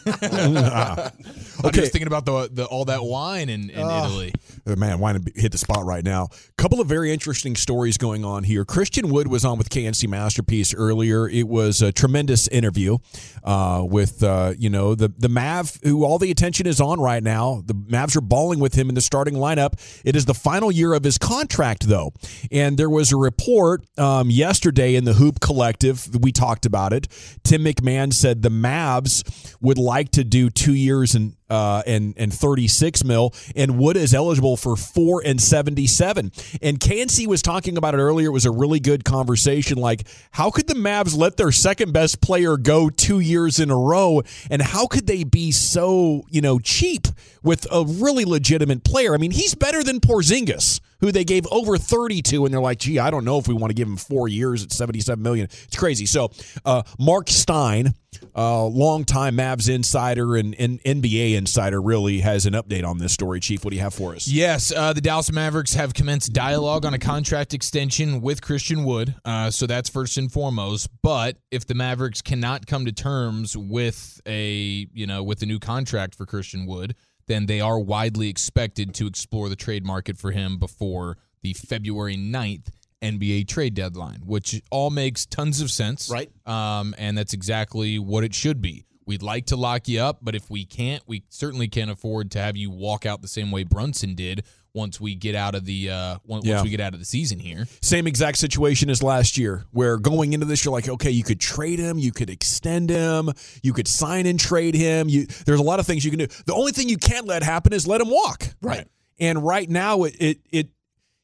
[SPEAKER 5] I was
[SPEAKER 1] Okay.
[SPEAKER 5] just thinking about the, the all that wine in, in
[SPEAKER 1] Ah.
[SPEAKER 5] Italy.
[SPEAKER 1] Uh, man, why not be- hit the spot right now? Couple of very interesting stories going on here. Christian Wood was on with KNC Masterpiece earlier. It was a tremendous interview uh, with uh, you know the the Mav, who all the attention is on right now. The Mavs are balling with him in the starting lineup. It is the final year of his contract, though, and there was a report um, yesterday in the Hoop Collective. We talked about it. Tim McMahon said the Mavs would like to do two years and uh, and and 36 mil, and Wood is eligible for four and 77. And KNC was talking about it earlier. It was a really good conversation. Like, how could the Mavs let their second best player go two years in a row, and how could they be so you know cheap with a really legitimate player? I mean, he's better than Porzingis. Who they gave over 32, and they're like, gee, I don't know if we want to give him four years at 77 million. It's crazy. So, uh, Mark Stein, uh, longtime Mavs insider and, and NBA insider, really has an update on this story. Chief, what do you have for us?
[SPEAKER 5] Yes, uh, the Dallas Mavericks have commenced dialogue on a contract extension with Christian Wood. Uh, so that's first and foremost. But if the Mavericks cannot come to terms with a you know with a new contract for Christian Wood, then they are widely expected to explore the trade market for him before the February 9th NBA trade deadline, which all makes tons of sense. Right. Um, and that's exactly what it should be. We'd like to lock you up, but if we can't, we certainly can't afford to have you walk out the same way Brunson did once we get out of the uh, once
[SPEAKER 1] Yeah.
[SPEAKER 5] we get out of the season here.
[SPEAKER 1] Same exact situation as last year, where going into this, you're like, okay, you could trade him, you could extend him, you could sign and trade him. You, there's a lot of things you can do. The only thing you can't let happen is let him walk. Right. And right now, it it, it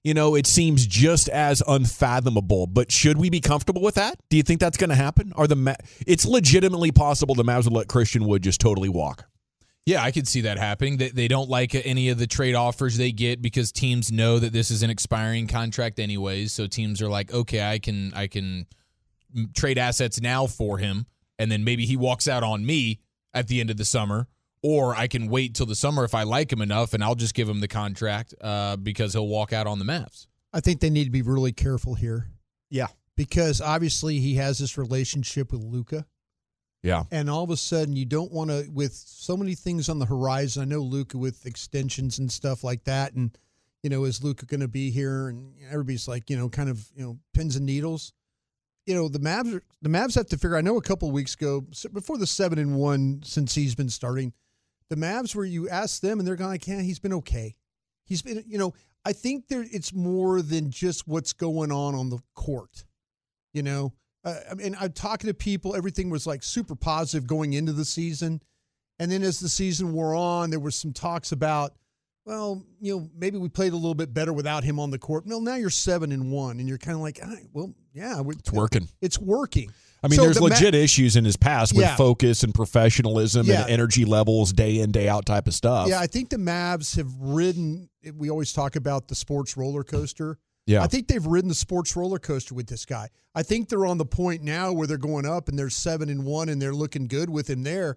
[SPEAKER 1] you know, it seems just as unfathomable. But should we be comfortable with that? Do you think that's going to happen? Are the Ma- it's legitimately possible the Mavs would let Christian Wood just totally walk?
[SPEAKER 5] Yeah, I could see that happening. They, they don't like any of the trade offers they get because teams know that this is an expiring contract anyways. So teams are like, okay, I can I can m- trade assets now for him, and then maybe he walks out on me at the end of the summer, or I can wait till the summer if I like him enough, and I'll just give him the contract uh, because he'll walk out on the Mavs.
[SPEAKER 2] I think they need to be really careful here.
[SPEAKER 1] Yeah.
[SPEAKER 2] Because obviously he has this relationship with Luca.
[SPEAKER 1] Yeah.
[SPEAKER 2] And all of a sudden you don't want to with so many things on the horizon. I know Luca with extensions and stuff like that. And, you know, is Luca gonna be here? And everybody's like, you know, kind of, you know, pins and needles. You know, the Mavs are, the Mavs have to figure I know a couple of weeks ago, s- before the seven and one since he's been starting, the Mavs where you ask them and they're going like, Yeah, he's been okay. He's been, you know, I think there it's more than just what's going on on the court. You know, uh, I mean, I'm talking to people. Everything was like super positive going into the season, and then as the season wore on, there were some talks about, well, you know, maybe we played a little bit better without him on the court. Well, now you're seven and one, and you're kind of like, "All right, well, yeah, we, it's
[SPEAKER 1] working.
[SPEAKER 2] It's working.
[SPEAKER 1] I mean,
[SPEAKER 2] So
[SPEAKER 1] there's
[SPEAKER 2] the ma-
[SPEAKER 1] legit issues in his past with
[SPEAKER 2] Yeah.
[SPEAKER 1] focus and professionalism
[SPEAKER 2] Yeah.
[SPEAKER 1] and energy levels, day in, day out type of stuff.
[SPEAKER 2] Yeah, I think the Mavs have ridden. We always talk about the sports roller coaster.
[SPEAKER 1] Yeah.
[SPEAKER 2] I think they've ridden the sports roller coaster with this guy. I think they're on the point now where they're going up and they're seven and one and they're looking good with him there.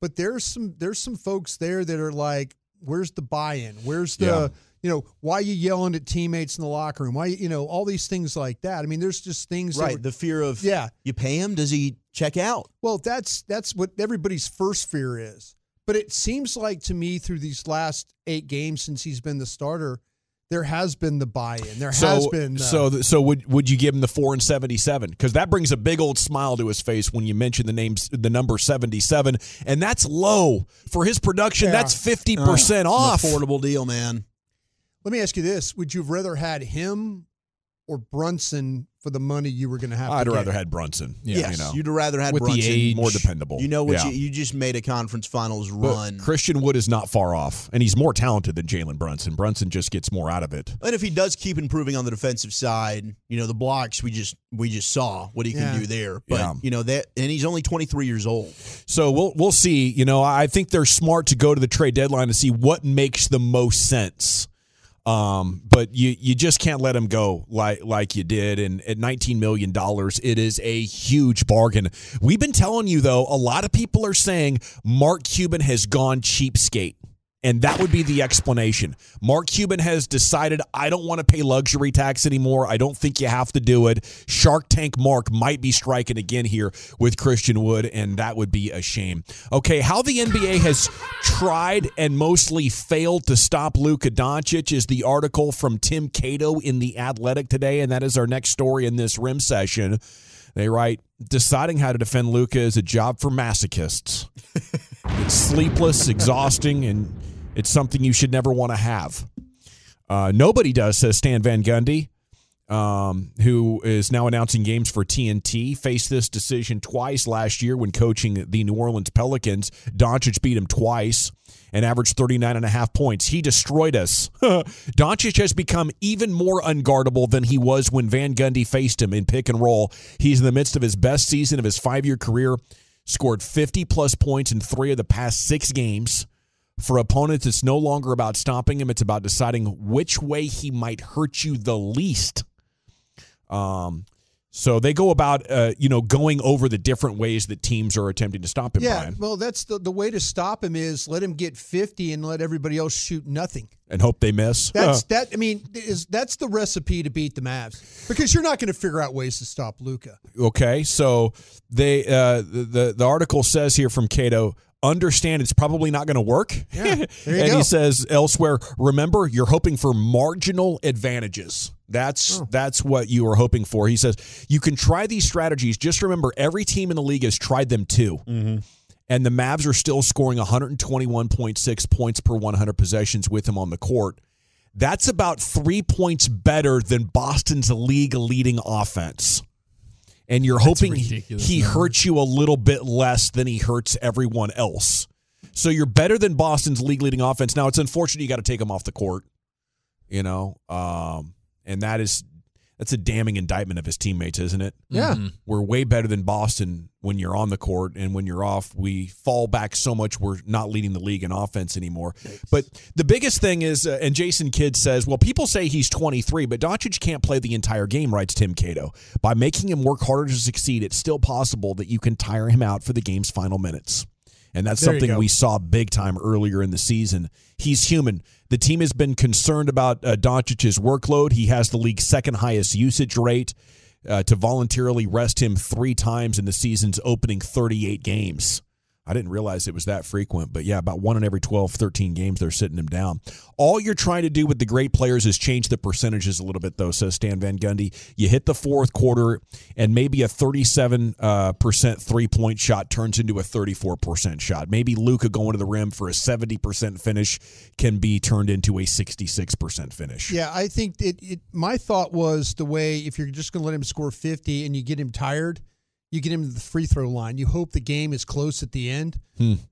[SPEAKER 2] But there's some there's some folks there that are like, where's the buy-in? Where's the
[SPEAKER 1] Yeah.
[SPEAKER 2] you know why you yelling at teammates in the locker room? Why you know all these things like that? I mean, there's just things that
[SPEAKER 4] Right.
[SPEAKER 2] were-
[SPEAKER 4] The fear of
[SPEAKER 2] Yeah.
[SPEAKER 4] You pay him? Does he check out?
[SPEAKER 2] well, that's that's what everybody's first fear is. But it seems like to me through these last eight games since he's been the starter, there has been the buy-in. There has been uh,
[SPEAKER 1] so th- so would would you give him the four and seventy seven? Because that brings a big old smile to his face when you mention the names the number seventy seven, and that's low for his production.
[SPEAKER 2] Yeah.
[SPEAKER 1] That's fifty percent
[SPEAKER 4] It's an
[SPEAKER 1] off.
[SPEAKER 4] affordable deal, man.
[SPEAKER 2] Let me ask you this: Would you have rather had him or Brunson for the money you were going to have?
[SPEAKER 1] I'd
[SPEAKER 2] to
[SPEAKER 1] rather
[SPEAKER 2] get?
[SPEAKER 1] had Brunson.
[SPEAKER 5] Yeah.
[SPEAKER 4] yes.
[SPEAKER 1] you know,
[SPEAKER 4] You'd rather had
[SPEAKER 5] With the
[SPEAKER 4] Brunson.
[SPEAKER 5] age.
[SPEAKER 1] more dependable.
[SPEAKER 4] You know what?
[SPEAKER 1] Yeah.
[SPEAKER 4] You, you just made a conference finals
[SPEAKER 1] But
[SPEAKER 4] run.
[SPEAKER 1] Christian Wood is not far off, and he's more talented than Jalen Brunson. Brunson just gets more out of it.
[SPEAKER 4] And if he does keep improving on the defensive side, you know the blocks we just we just saw what he
[SPEAKER 2] Yeah.
[SPEAKER 4] can do there. But
[SPEAKER 1] Yeah.
[SPEAKER 4] you know that, and he's only 23 years old.
[SPEAKER 1] So we'll we'll see. You know, I think they're smart to go to the trade deadline to see what makes the most sense. Um, but you you just can't let him go like like you did. And at 19 million dollars, it is a huge bargain. We've been telling you though, a lot of people are saying Mark Cuban has gone cheapskate. And that would be the explanation. Mark Cuban has decided, I don't want to pay luxury tax anymore. I don't think you have to do it. Shark Tank Mark might be striking again here with Christian Wood, and that would be a shame. Okay, how the NBA has tried and mostly failed to stop Luka Doncic is the article from Tim Cato in The Athletic today, and that is our next story in this rim session. They write, deciding how to defend Luca is a job for masochists. it's sleepless, exhausting, and it's something you should never want to have. Uh, nobody does, says Stan Van Gundy, um, who is now announcing games for TNT. Faced this decision twice last year when coaching the New Orleans Pelicans. Doncic beat him twice and averaged 39 and a half points. He destroyed us. Doncic has become even more unguardable than he was when Van Gundy faced him in pick and roll. He's in the midst of his best season of his five year career, scored 50 plus points in three of the past six games. For opponents, it's no longer about stopping him, it's about deciding which way he might hurt you the least. Um, so they go about, uh, you know, going over the different ways that teams are attempting to stop him.
[SPEAKER 2] yeah,
[SPEAKER 1] Brian,
[SPEAKER 2] well, that's the, the way to stop him is let him get 50 and let everybody else shoot nothing.
[SPEAKER 1] and hope they miss.
[SPEAKER 2] That's that. I mean, is that's the recipe to beat the Mavs because you're not going to figure out ways to stop Luca.
[SPEAKER 1] Okay, so they uh, the the article says here from Cato. Understand it's probably not going to work. Yeah,
[SPEAKER 2] there you
[SPEAKER 1] and
[SPEAKER 2] go.
[SPEAKER 1] he says elsewhere, remember you're hoping for marginal advantages. That's
[SPEAKER 2] Oh.
[SPEAKER 1] that's what you are hoping for. He says you can try these strategies. Just remember every team in the league has tried them too.
[SPEAKER 2] Mm-hmm.
[SPEAKER 1] And the Mavs are still scoring 121.6 points per 100 possessions with him on the court. That's about 3 points better than Boston's league leading offense and you're hoping he
[SPEAKER 5] ridiculous
[SPEAKER 1] he
[SPEAKER 5] number.
[SPEAKER 1] hurts you a little bit less than he hurts everyone else. So you're better than Boston's league leading offense. Now it's unfortunate you got to take him off the court, you know, um, and that is that's a damning indictment of his teammates, isn't it?
[SPEAKER 2] Yeah.
[SPEAKER 1] We're way better than Boston when you're on the court, and when you're off, we fall back so much we're not leading the league in offense anymore. But the biggest thing is, uh, and Jason Kidd says, well, people say he's 23, but Doncic can't play the entire game, writes Tim Cato. By making him work harder to succeed, it's still possible that you can tire him out for the game's final minutes. And that's
[SPEAKER 2] There you
[SPEAKER 1] something
[SPEAKER 2] go.
[SPEAKER 1] we saw big time earlier in the season. He's human. The team has been concerned about uh, Doncic's workload. He has the league's second highest usage rate. Uh, to voluntarily rest him three times in the season's opening 38 games. I didn't realize it was that frequent, but yeah, about one in every 12, 13 games they're sitting him down. All you're trying to do with the great players is change the percentages a little bit, though, says Stan Van Gundy. You hit the fourth quarter, and maybe a 37% uh, percent three point shot turns into a 34% shot. Maybe Luca going to the rim for a 70% finish can be turned into a 66% finish.
[SPEAKER 2] Yeah, I think it. it my thought was the way if you're just going to let him score 50 and you get him tired, you get him to the free throw line. You hope the game is close at the end,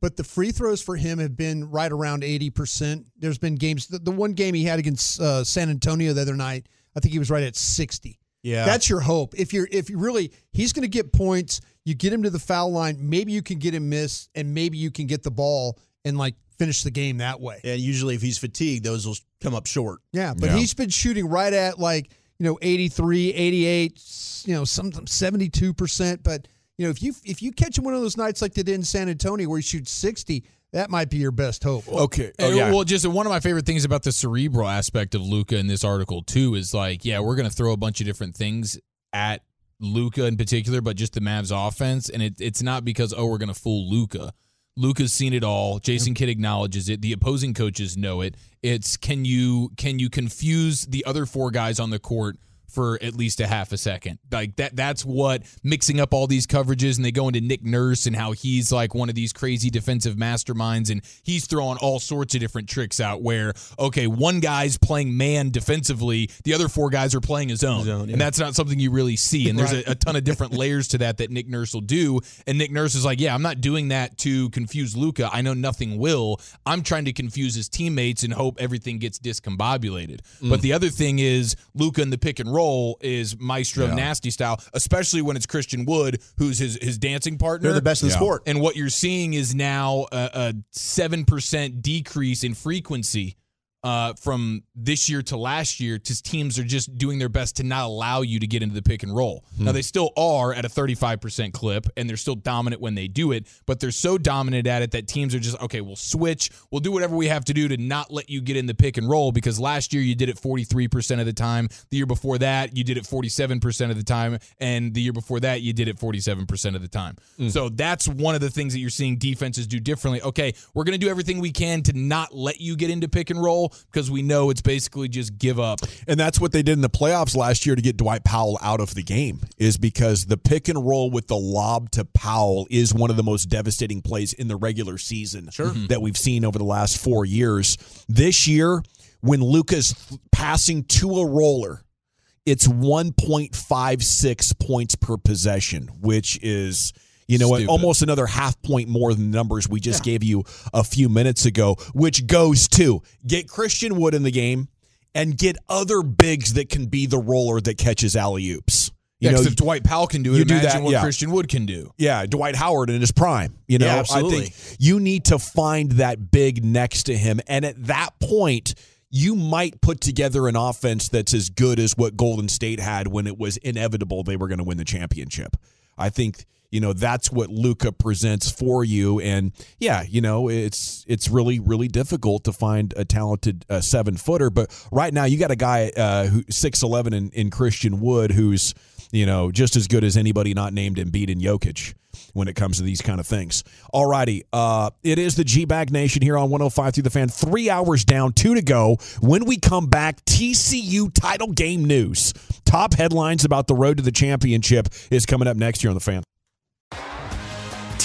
[SPEAKER 2] but the free throws for him have been right around 80 percent. There's been games. The, the one game he had against uh, San Antonio the other night, I think he was right at 60.
[SPEAKER 4] Yeah.
[SPEAKER 2] That's your hope. If you're if you really he's going to get points, you get him to the foul line, maybe you can get him miss and maybe you can get the ball and like finish the game that way.
[SPEAKER 4] and usually if he's fatigued, those will come up short.
[SPEAKER 2] Yeah, but
[SPEAKER 1] Yeah.
[SPEAKER 2] he's been shooting right at like, you know, 83, 88, s- you know, sometimes 72%, but you know, if you if you catch him one of those nights like they did in San Antonio where he shoots 60, that might be your best hope.
[SPEAKER 1] Okay. Oh,
[SPEAKER 5] Uh, Well, just one of my favorite things about the cerebral aspect of Luca in this article too is like, yeah, we're gonna throw a bunch of different things at Luca in particular, but just the Mavs offense, and it, it's not because oh we're gonna fool Luca. Luca's seen it all. Jason Kidd acknowledges it. The opposing coaches know it. It's can you can you confuse the other four guys on the court for at least a half a second. Like that that's what mixing up all these coverages and they go into Nick Nurse and how he's like one of these crazy defensive masterminds and he's throwing all sorts of different tricks out where okay, one guy's playing man defensively, the other four guys are playing his own. And that's not something you really see and there's a, a ton of different layers to that that Nick Nurse will do and Nick Nurse is like, "Yeah, I'm not doing that to confuse Luca. I know nothing will. I'm trying to confuse his teammates and hope everything gets discombobulated."
[SPEAKER 4] Mm.
[SPEAKER 5] But the other thing is Luca in the pick and roll is maestro nasty style, especially when it's Christian Wood who's his his dancing partner.
[SPEAKER 4] They're the best in the
[SPEAKER 1] Yeah.
[SPEAKER 4] sport.
[SPEAKER 5] And what you're seeing is now a seven percent decrease in frequency uh, from this year to last year to teams are just doing their best to not allow you to get into the pick and roll.
[SPEAKER 4] Hmm.
[SPEAKER 5] Now they still are at a 35% clip and they're still dominant when they do it, but they're so dominant at it that teams are just okay, we'll switch, we'll do whatever we have to do to not let you get in the pick and roll because last year you did it 43% of the time, the year before that you did it 47% of the time and the year before that you did it 47% of the time. So that's one of the things that you're seeing defenses do differently. Okay, we're going to do everything we can to not let you get into pick and roll because we know it's basically just give up.
[SPEAKER 1] And that's what they did in the playoffs last year to get Dwight Powell out of the game, is because the pick and roll with the lob to Powell is one of the most devastating plays in the regular season
[SPEAKER 5] Mm-hmm.
[SPEAKER 1] that we've seen over the last four years. This year, when Luca's passing to a roller, it's 1.56 points per possession, which is. You know, what?
[SPEAKER 5] Stupid.
[SPEAKER 1] almost another half point more than the numbers we just gave you a few minutes ago, which goes to get Christian Wood in the game and get other bigs that can be the roller that catches alley oops. You
[SPEAKER 5] Yeah, 'cause
[SPEAKER 1] know,
[SPEAKER 5] if Dwight Powell can do it,
[SPEAKER 1] you do
[SPEAKER 5] imagine
[SPEAKER 1] that,
[SPEAKER 5] what
[SPEAKER 1] yeah.
[SPEAKER 5] Christian Wood can do.
[SPEAKER 1] yeah, Dwight Howard in his prime. You know,
[SPEAKER 4] Yeah,
[SPEAKER 1] I
[SPEAKER 4] absolutely.
[SPEAKER 1] think you need to find that big next to him, and at that point. You might put together an offense that's as good as what Golden State had when it was inevitable they were going to win the championship. I think you know that's what Luca presents for you, and yeah, you know it's it's really really difficult to find a talented uh, seven footer. But right now you got a guy uh, who six eleven in, in Christian Wood who's you know just as good as anybody not named Embiid and Jokic when it comes to these kind of things. All righty. Uh, it is the G Bag Nation here on 105 through the fan. Three hours down, two to go. When we come back, TCU title game news. Top headlines about the road to the championship is coming up next year on the fan.